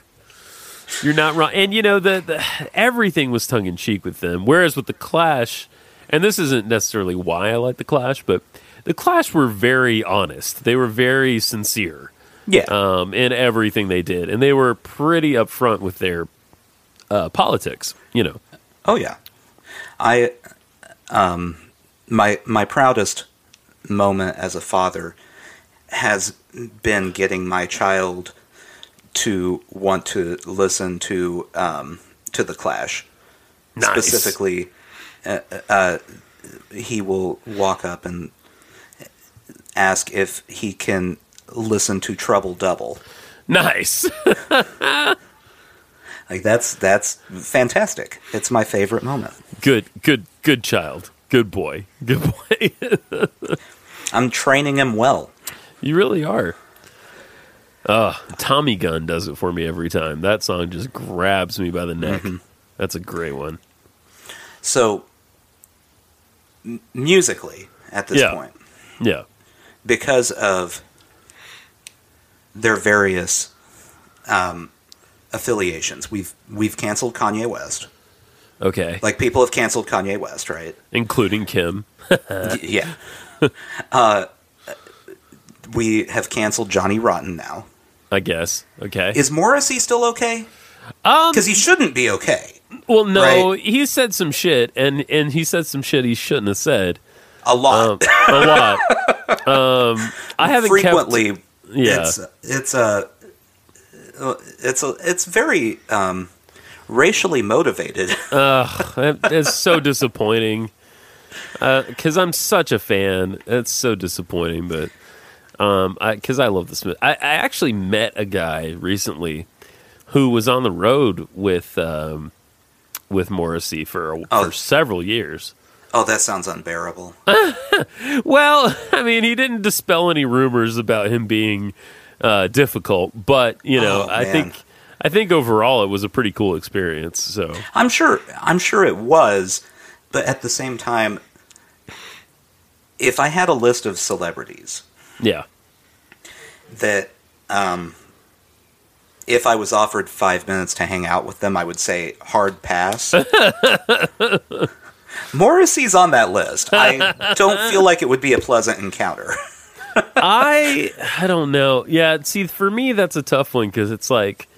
Speaker 3: You're not wrong. And you know the, the everything was tongue in cheek with them. Whereas with the Clash, and this isn't necessarily why I like the Clash, but the Clash were very honest. They were very sincere
Speaker 1: yeah,
Speaker 3: um, in everything they did, and they were pretty upfront with their uh, politics. You know.
Speaker 1: oh yeah, I, um, my my proudest moment as a father has been getting my child to want to listen to um, to the Clash.
Speaker 3: Nice.
Speaker 1: specifically uh, uh, he will walk up and ask if he can listen to trouble double
Speaker 3: Nice. [LAUGHS]
Speaker 1: like that's that's fantastic it's my favorite moment
Speaker 3: good. Good. Good child. Good boy. Good boy. [LAUGHS]
Speaker 1: i'm training him well
Speaker 3: You really are. Uh, Tommy Gun does it for me every time. That song just grabs me by the neck.
Speaker 1: Mm-hmm.
Speaker 3: That's a great one.
Speaker 1: so m- musically at this
Speaker 3: Yeah.
Speaker 1: point
Speaker 3: Yeah.
Speaker 1: because of their various um, affiliations we've we've canceled kanye west
Speaker 3: Okay.
Speaker 1: like people have canceled kanye west right
Speaker 3: Including Kim.
Speaker 1: Y- yeah. [LAUGHS] uh, we have canceled Johnny Rotten now.
Speaker 3: I guess. Okay.
Speaker 1: Is Morrissey still okay?
Speaker 3: Um,
Speaker 1: Because he shouldn't be okay.
Speaker 3: well, no,
Speaker 1: right.
Speaker 3: he said some shit, and and he said some shit he shouldn't have said
Speaker 1: A lot.
Speaker 3: um, a lot. Um,
Speaker 1: [LAUGHS]
Speaker 3: I haven't
Speaker 1: Frequently,
Speaker 3: Kept, yeah.
Speaker 1: it's it's a it's a it's very um, racially motivated. [LAUGHS]
Speaker 3: That- That's so disappointing. Because I'm such a fan. That's so disappointing. But um, I because I love the Smith. I, I actually met a guy recently who was on the road with um, with Morrissey for a,
Speaker 1: Oh.
Speaker 3: for several years.
Speaker 1: oh, that sounds
Speaker 3: [LAUGHS]
Speaker 1: unbearable.
Speaker 3: Well,
Speaker 1: [LAUGHS]
Speaker 3: I mean, he didn't dispel any rumors about him being uh, difficult, but you know,
Speaker 1: Oh,
Speaker 3: I
Speaker 1: man.
Speaker 3: think I think overall it was a pretty cool experience. So
Speaker 1: I'm sure I'm sure it was, but at the same time, if I had a list of celebrities
Speaker 3: yeah,
Speaker 1: that um, if I was offered five minutes to hang out with them, I would say hard
Speaker 3: [LAUGHS]
Speaker 1: pass. Morrissey's on that list.
Speaker 3: [LAUGHS]
Speaker 1: I don't feel like it would be a pleasant encounter.
Speaker 3: I I don't know. Yeah, see, for me that's a tough one because it's like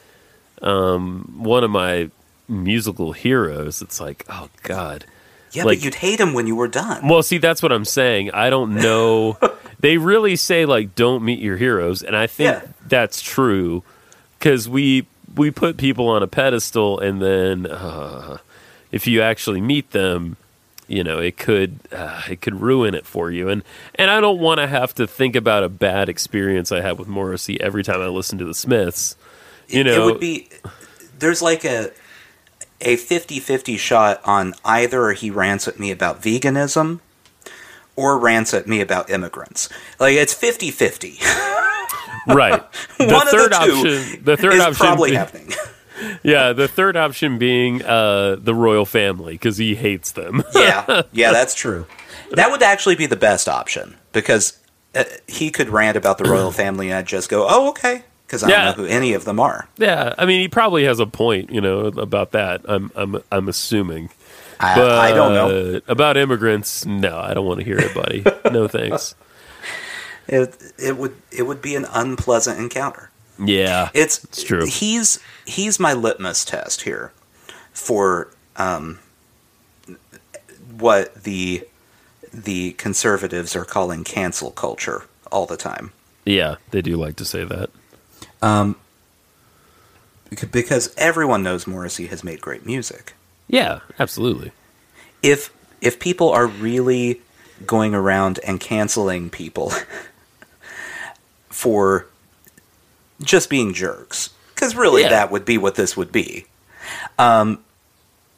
Speaker 3: um, one of my musical heroes. It's like, oh god.
Speaker 1: yeah,
Speaker 3: Like-
Speaker 1: but you'd hate him when you were done.
Speaker 3: Well, see, that's what I'm saying. I
Speaker 1: [LAUGHS]
Speaker 3: don't know. they really say like, don't meet your heroes, and I think
Speaker 1: Yeah.
Speaker 3: that's true because we we put people on a pedestal, and then uh, if you actually meet them. You know, it could uh, it could ruin it for you, and and I don't want to have to think about a bad experience I had with Morrissey every time I listen to the Smiths. You know,
Speaker 1: it would be there's like a a 50-50 shot on either he rants at me about veganism or rants at me about immigrants. Like it's 50-50. [LAUGHS]
Speaker 3: right. The
Speaker 1: One [LAUGHS]
Speaker 3: third
Speaker 1: of the two
Speaker 3: option, the third
Speaker 1: is
Speaker 3: option, [LAUGHS]
Speaker 1: probably happening.
Speaker 3: yeah, the third option being uh, the royal family because he hates them. [LAUGHS]
Speaker 1: yeah, yeah, that's true. That would actually be the best option because uh, he could rant about the royal family, and I'd just go, "Oh, okay," because I
Speaker 3: Yeah.
Speaker 1: don't know who any of them are.
Speaker 3: yeah, I mean he probably has a point, you know, about that. I'm I'm I'm assuming.
Speaker 1: I,
Speaker 3: But
Speaker 1: I don't know.
Speaker 3: about immigrants. No, I don't want to hear it, buddy.
Speaker 1: [LAUGHS]
Speaker 3: no thanks.
Speaker 1: It, it would it would be an unpleasant encounter.
Speaker 3: Yeah,
Speaker 1: It's,
Speaker 3: It's true.
Speaker 1: He's he's my litmus test here for um, what the the conservatives are calling cancel culture all the time.
Speaker 3: yeah, they do like to say that.
Speaker 1: Bec- Because everyone knows Morrissey has made great music.
Speaker 3: Yeah, absolutely.
Speaker 1: If if people are really going around and canceling people [LAUGHS] for just being jerks, because really
Speaker 3: Yeah.
Speaker 1: that would be what this would be. Um,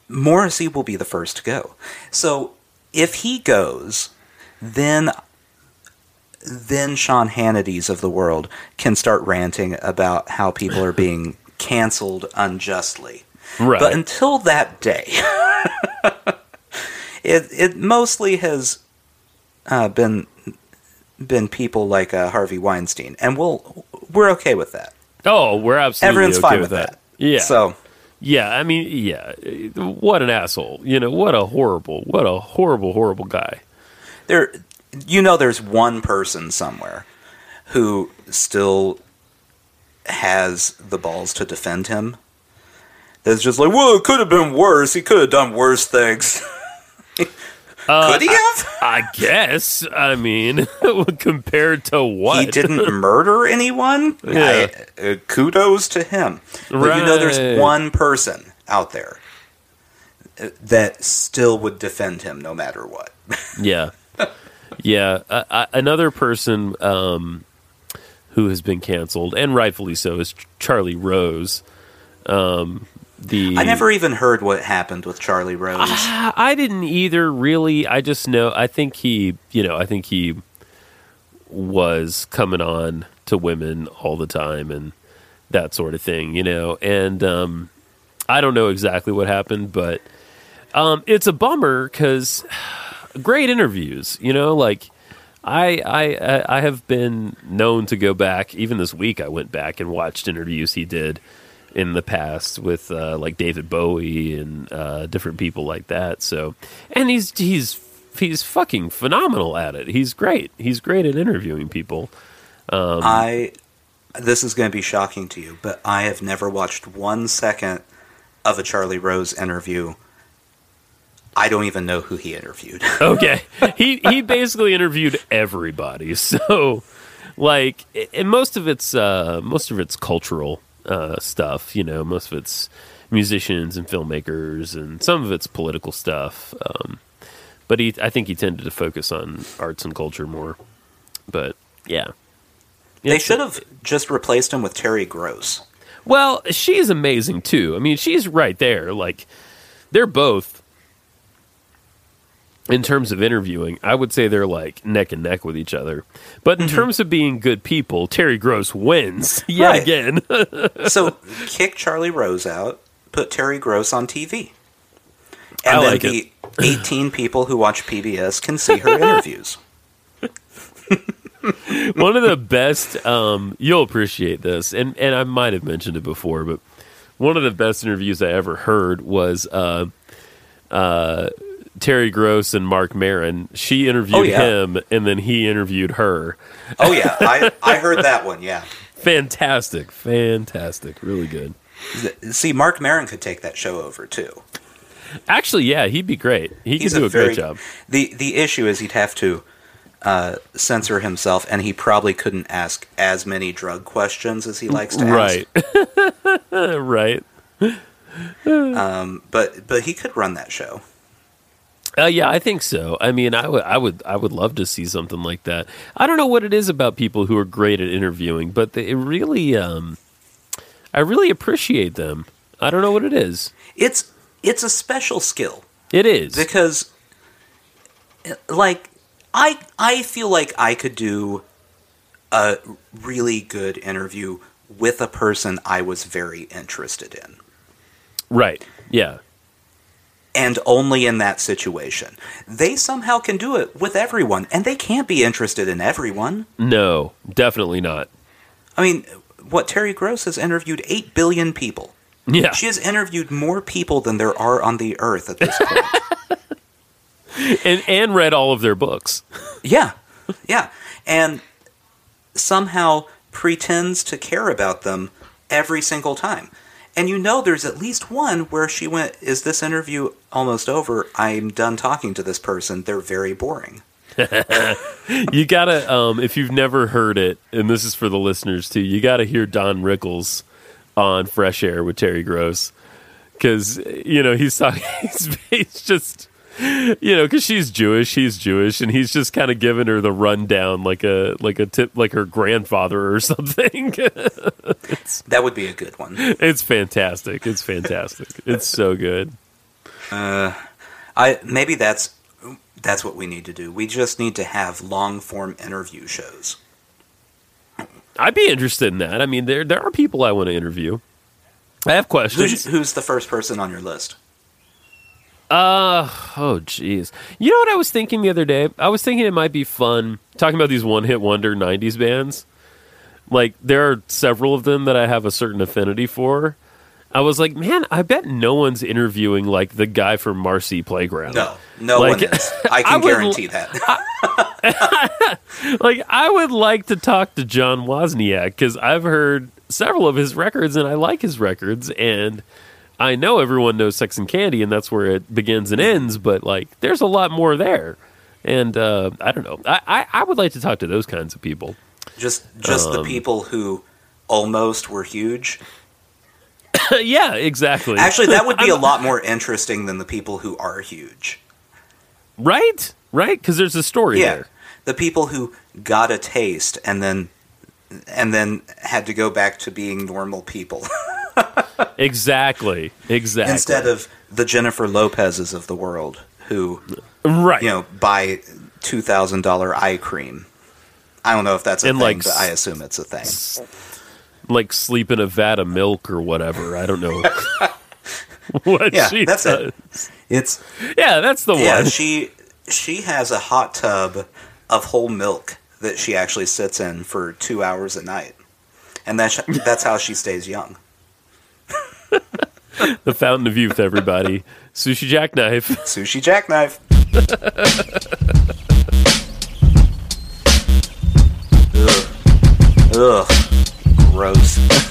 Speaker 1: Morrissey will be the first to go. So if he goes, then then Sean Hannity's of the world can start ranting about how people are being canceled unjustly.
Speaker 3: Right.
Speaker 1: But until that day, [LAUGHS] it it mostly has uh, been been people like uh, Harvey Weinstein, and we'll we're okay with that.
Speaker 3: oh, we're absolutely
Speaker 1: Everyone's
Speaker 3: okay
Speaker 1: fine
Speaker 3: with that. Yeah.
Speaker 1: Yeah. So
Speaker 3: Yeah, I mean, yeah. What an asshole. You know, what a horrible, what a horrible, horrible guy.
Speaker 1: there, you know, there's one person somewhere who still has the balls to defend him. That's just like, well, it could have been worse. He could have done worse things. [LAUGHS] could he have?
Speaker 3: Uh, I guess. I mean, [LAUGHS] compared to what?
Speaker 1: he didn't
Speaker 3: [LAUGHS]
Speaker 1: murder anyone.
Speaker 3: Yeah.
Speaker 1: I- uh, kudos to him. But you know,
Speaker 3: Right.
Speaker 1: there's one person out there uh, that still would defend him no matter what.
Speaker 3: Yeah, yeah. I, I, another person um, who has been canceled, and rightfully so, is Ch- Charlie Rose. Um, the
Speaker 1: I never even heard what happened with Charlie Rose.
Speaker 3: [LAUGHS] I I didn't either, really. I just know. I think he, you know, I think he was coming on to women all the time and that sort of thing, you know. And um, I don't know exactly what happened, but um, it's a bummer because [SIGHS] great interviews, you know, like. I, I uh, I- I have been known to go back. Even this week, I went back and watched interviews he did in the past with uh, like David Bowie and uh, different people like that. So, and he's he's he's fucking phenomenal at it. He's great. He's great at interviewing people. Um,
Speaker 1: I this is going to be shocking to you, but I have never watched one second of a Charlie Rose interview. I don't even know who he interviewed.
Speaker 3: [LAUGHS] Okay, he he basically interviewed everybody. [LAUGHS] So, like, and most of it's uh, most of it's cultural uh, stuff. You know, most of it's musicians and filmmakers, and some of it's political stuff. Um, but he, I think he tended to focus on arts and culture more. But yeah,
Speaker 1: they should have just replaced him with Terry Gross.
Speaker 3: Well, she's amazing too. I mean, she's right there. Like, they're both, in terms of interviewing, I would say they're like neck and neck with each other. But
Speaker 1: Mm-hmm.
Speaker 3: in terms of being good people, Terry Gross
Speaker 1: [LAUGHS]
Speaker 3: wins yet
Speaker 1: Right.
Speaker 3: [LAUGHS] again.
Speaker 1: so kick Charlie Rose out, put Terry Gross on TV. And
Speaker 3: I
Speaker 1: then
Speaker 3: like
Speaker 1: the 18 people who watch PBS can see her interviews.
Speaker 3: One of the best. Um, you'll appreciate this, and and I might have mentioned it before, but one of the best interviews I ever heard was. Uh, uh, Terry Gross and Mark Marin. She interviewed
Speaker 1: Oh, yeah.
Speaker 3: him, and then he interviewed her.
Speaker 1: Oh yeah, I, I heard that one, yeah.
Speaker 3: Fantastic, fantastic, really good.
Speaker 1: See, Mark Maron could take that show over too.
Speaker 3: Actually, yeah, he'd be great. He could
Speaker 1: He's
Speaker 3: do a,
Speaker 1: very
Speaker 3: great job. [LAUGHS]
Speaker 1: The the issue is he'd have to uh, censor himself and he probably couldn't ask as many drug questions as he likes to
Speaker 3: Right, right.
Speaker 1: ask. But but he could run that show.
Speaker 3: Uh, yeah, I think so. I mean, I would, I would, I would love to see something like that. I don't know what it is about people who are great at interviewing, but they, it really, um, I really appreciate them. I don't know what it is.
Speaker 1: It's it's a special skill.
Speaker 3: It is.
Speaker 1: because like i i feel like i could do a really good interview with a person i was very interested in
Speaker 3: Right. Yeah.
Speaker 1: and only in that situation. They somehow can do it with everyone, and they can't be interested in everyone.
Speaker 3: No, definitely not. [LAUGHS]
Speaker 1: I mean, what Terry Gross has interviewed 8 billion people.
Speaker 3: Yeah.
Speaker 1: She has interviewed more people than there are on the earth at this point.
Speaker 3: And and read all of their books.
Speaker 1: yeah. Yeah. And somehow pretends to care about them every single time. And you know there's at least one where she went, Is this interview almost over? I'm done talking to this person. They're very boring.
Speaker 3: You gotta um if you've never heard it, and this is for the listeners too, you gotta hear Don Rickles on Fresh Air with Terry Gross. Cause you know, he's talking [LAUGHS] he's, he's just you know, because she's Jewish, he's Jewish, and he's just kind of giving her the rundown, like a like a tip, like her grandfather or [LAUGHS] something.
Speaker 1: That would be a good one.
Speaker 3: it's fantastic. It's fantastic. it's so good.
Speaker 1: I maybe that's that's what we need to do. We just need to have long form interview shows.
Speaker 3: I'd be interested in that. I mean, there there are people I want to interview. I have
Speaker 1: Who's,
Speaker 3: questions.
Speaker 1: who's the first person on your list?
Speaker 3: Uh oh, jeez. You know what I was thinking the other day? I was thinking it might be fun talking about these one hit wonder '90s bands. Like there are several of them that I have a certain affinity for. I was like, man, I bet no one's interviewing like the guy from Marcy Playground.
Speaker 1: No, no
Speaker 3: Like-
Speaker 1: one is. I can
Speaker 3: I would l-
Speaker 1: guarantee that.
Speaker 3: Like I would like to talk to John Wozniak because I've heard several of his records and I like his records and I know everyone knows Sex and Candy and that's where it begins and ends, but like there's a lot more there. And uh, I don't know. I, I, I would like to talk to those kinds of people. [LAUGHS]
Speaker 1: just just the people who almost were huge.
Speaker 3: yeah, exactly.
Speaker 1: [LAUGHS] Actually, that
Speaker 3: [LAUGHS]
Speaker 1: would be a lot more interesting than the people who are huge.
Speaker 3: right? Right? Because there's a story
Speaker 1: Yeah,
Speaker 3: there.
Speaker 1: the people who got a taste and then and then had to go back to being normal people [LAUGHS]
Speaker 3: Exactly. Exactly.
Speaker 1: instead of the Jennifer Lopez's of the world who
Speaker 3: right.
Speaker 1: you know, buy two thousand dollar eye cream. I don't know if that's a
Speaker 3: And,
Speaker 1: thing,
Speaker 3: like,
Speaker 1: but I assume it's a thing.
Speaker 3: like sleep in a vat of milk or whatever. I
Speaker 1: [LAUGHS]
Speaker 3: don't know. [LAUGHS] what
Speaker 1: Yeah,
Speaker 3: she
Speaker 1: that's
Speaker 3: does.
Speaker 1: it. It's
Speaker 3: Yeah, that's the
Speaker 1: yeah.
Speaker 3: one.
Speaker 1: She she has a hot tub of whole milk that she actually sits in for two hours a night, and that's that's how she stays young.
Speaker 3: the fountain of youth, everybody. Sushi Jackknife.
Speaker 1: Sushi jackknife. Ugh. Ugh. Gross. [LAUGHS] Oh,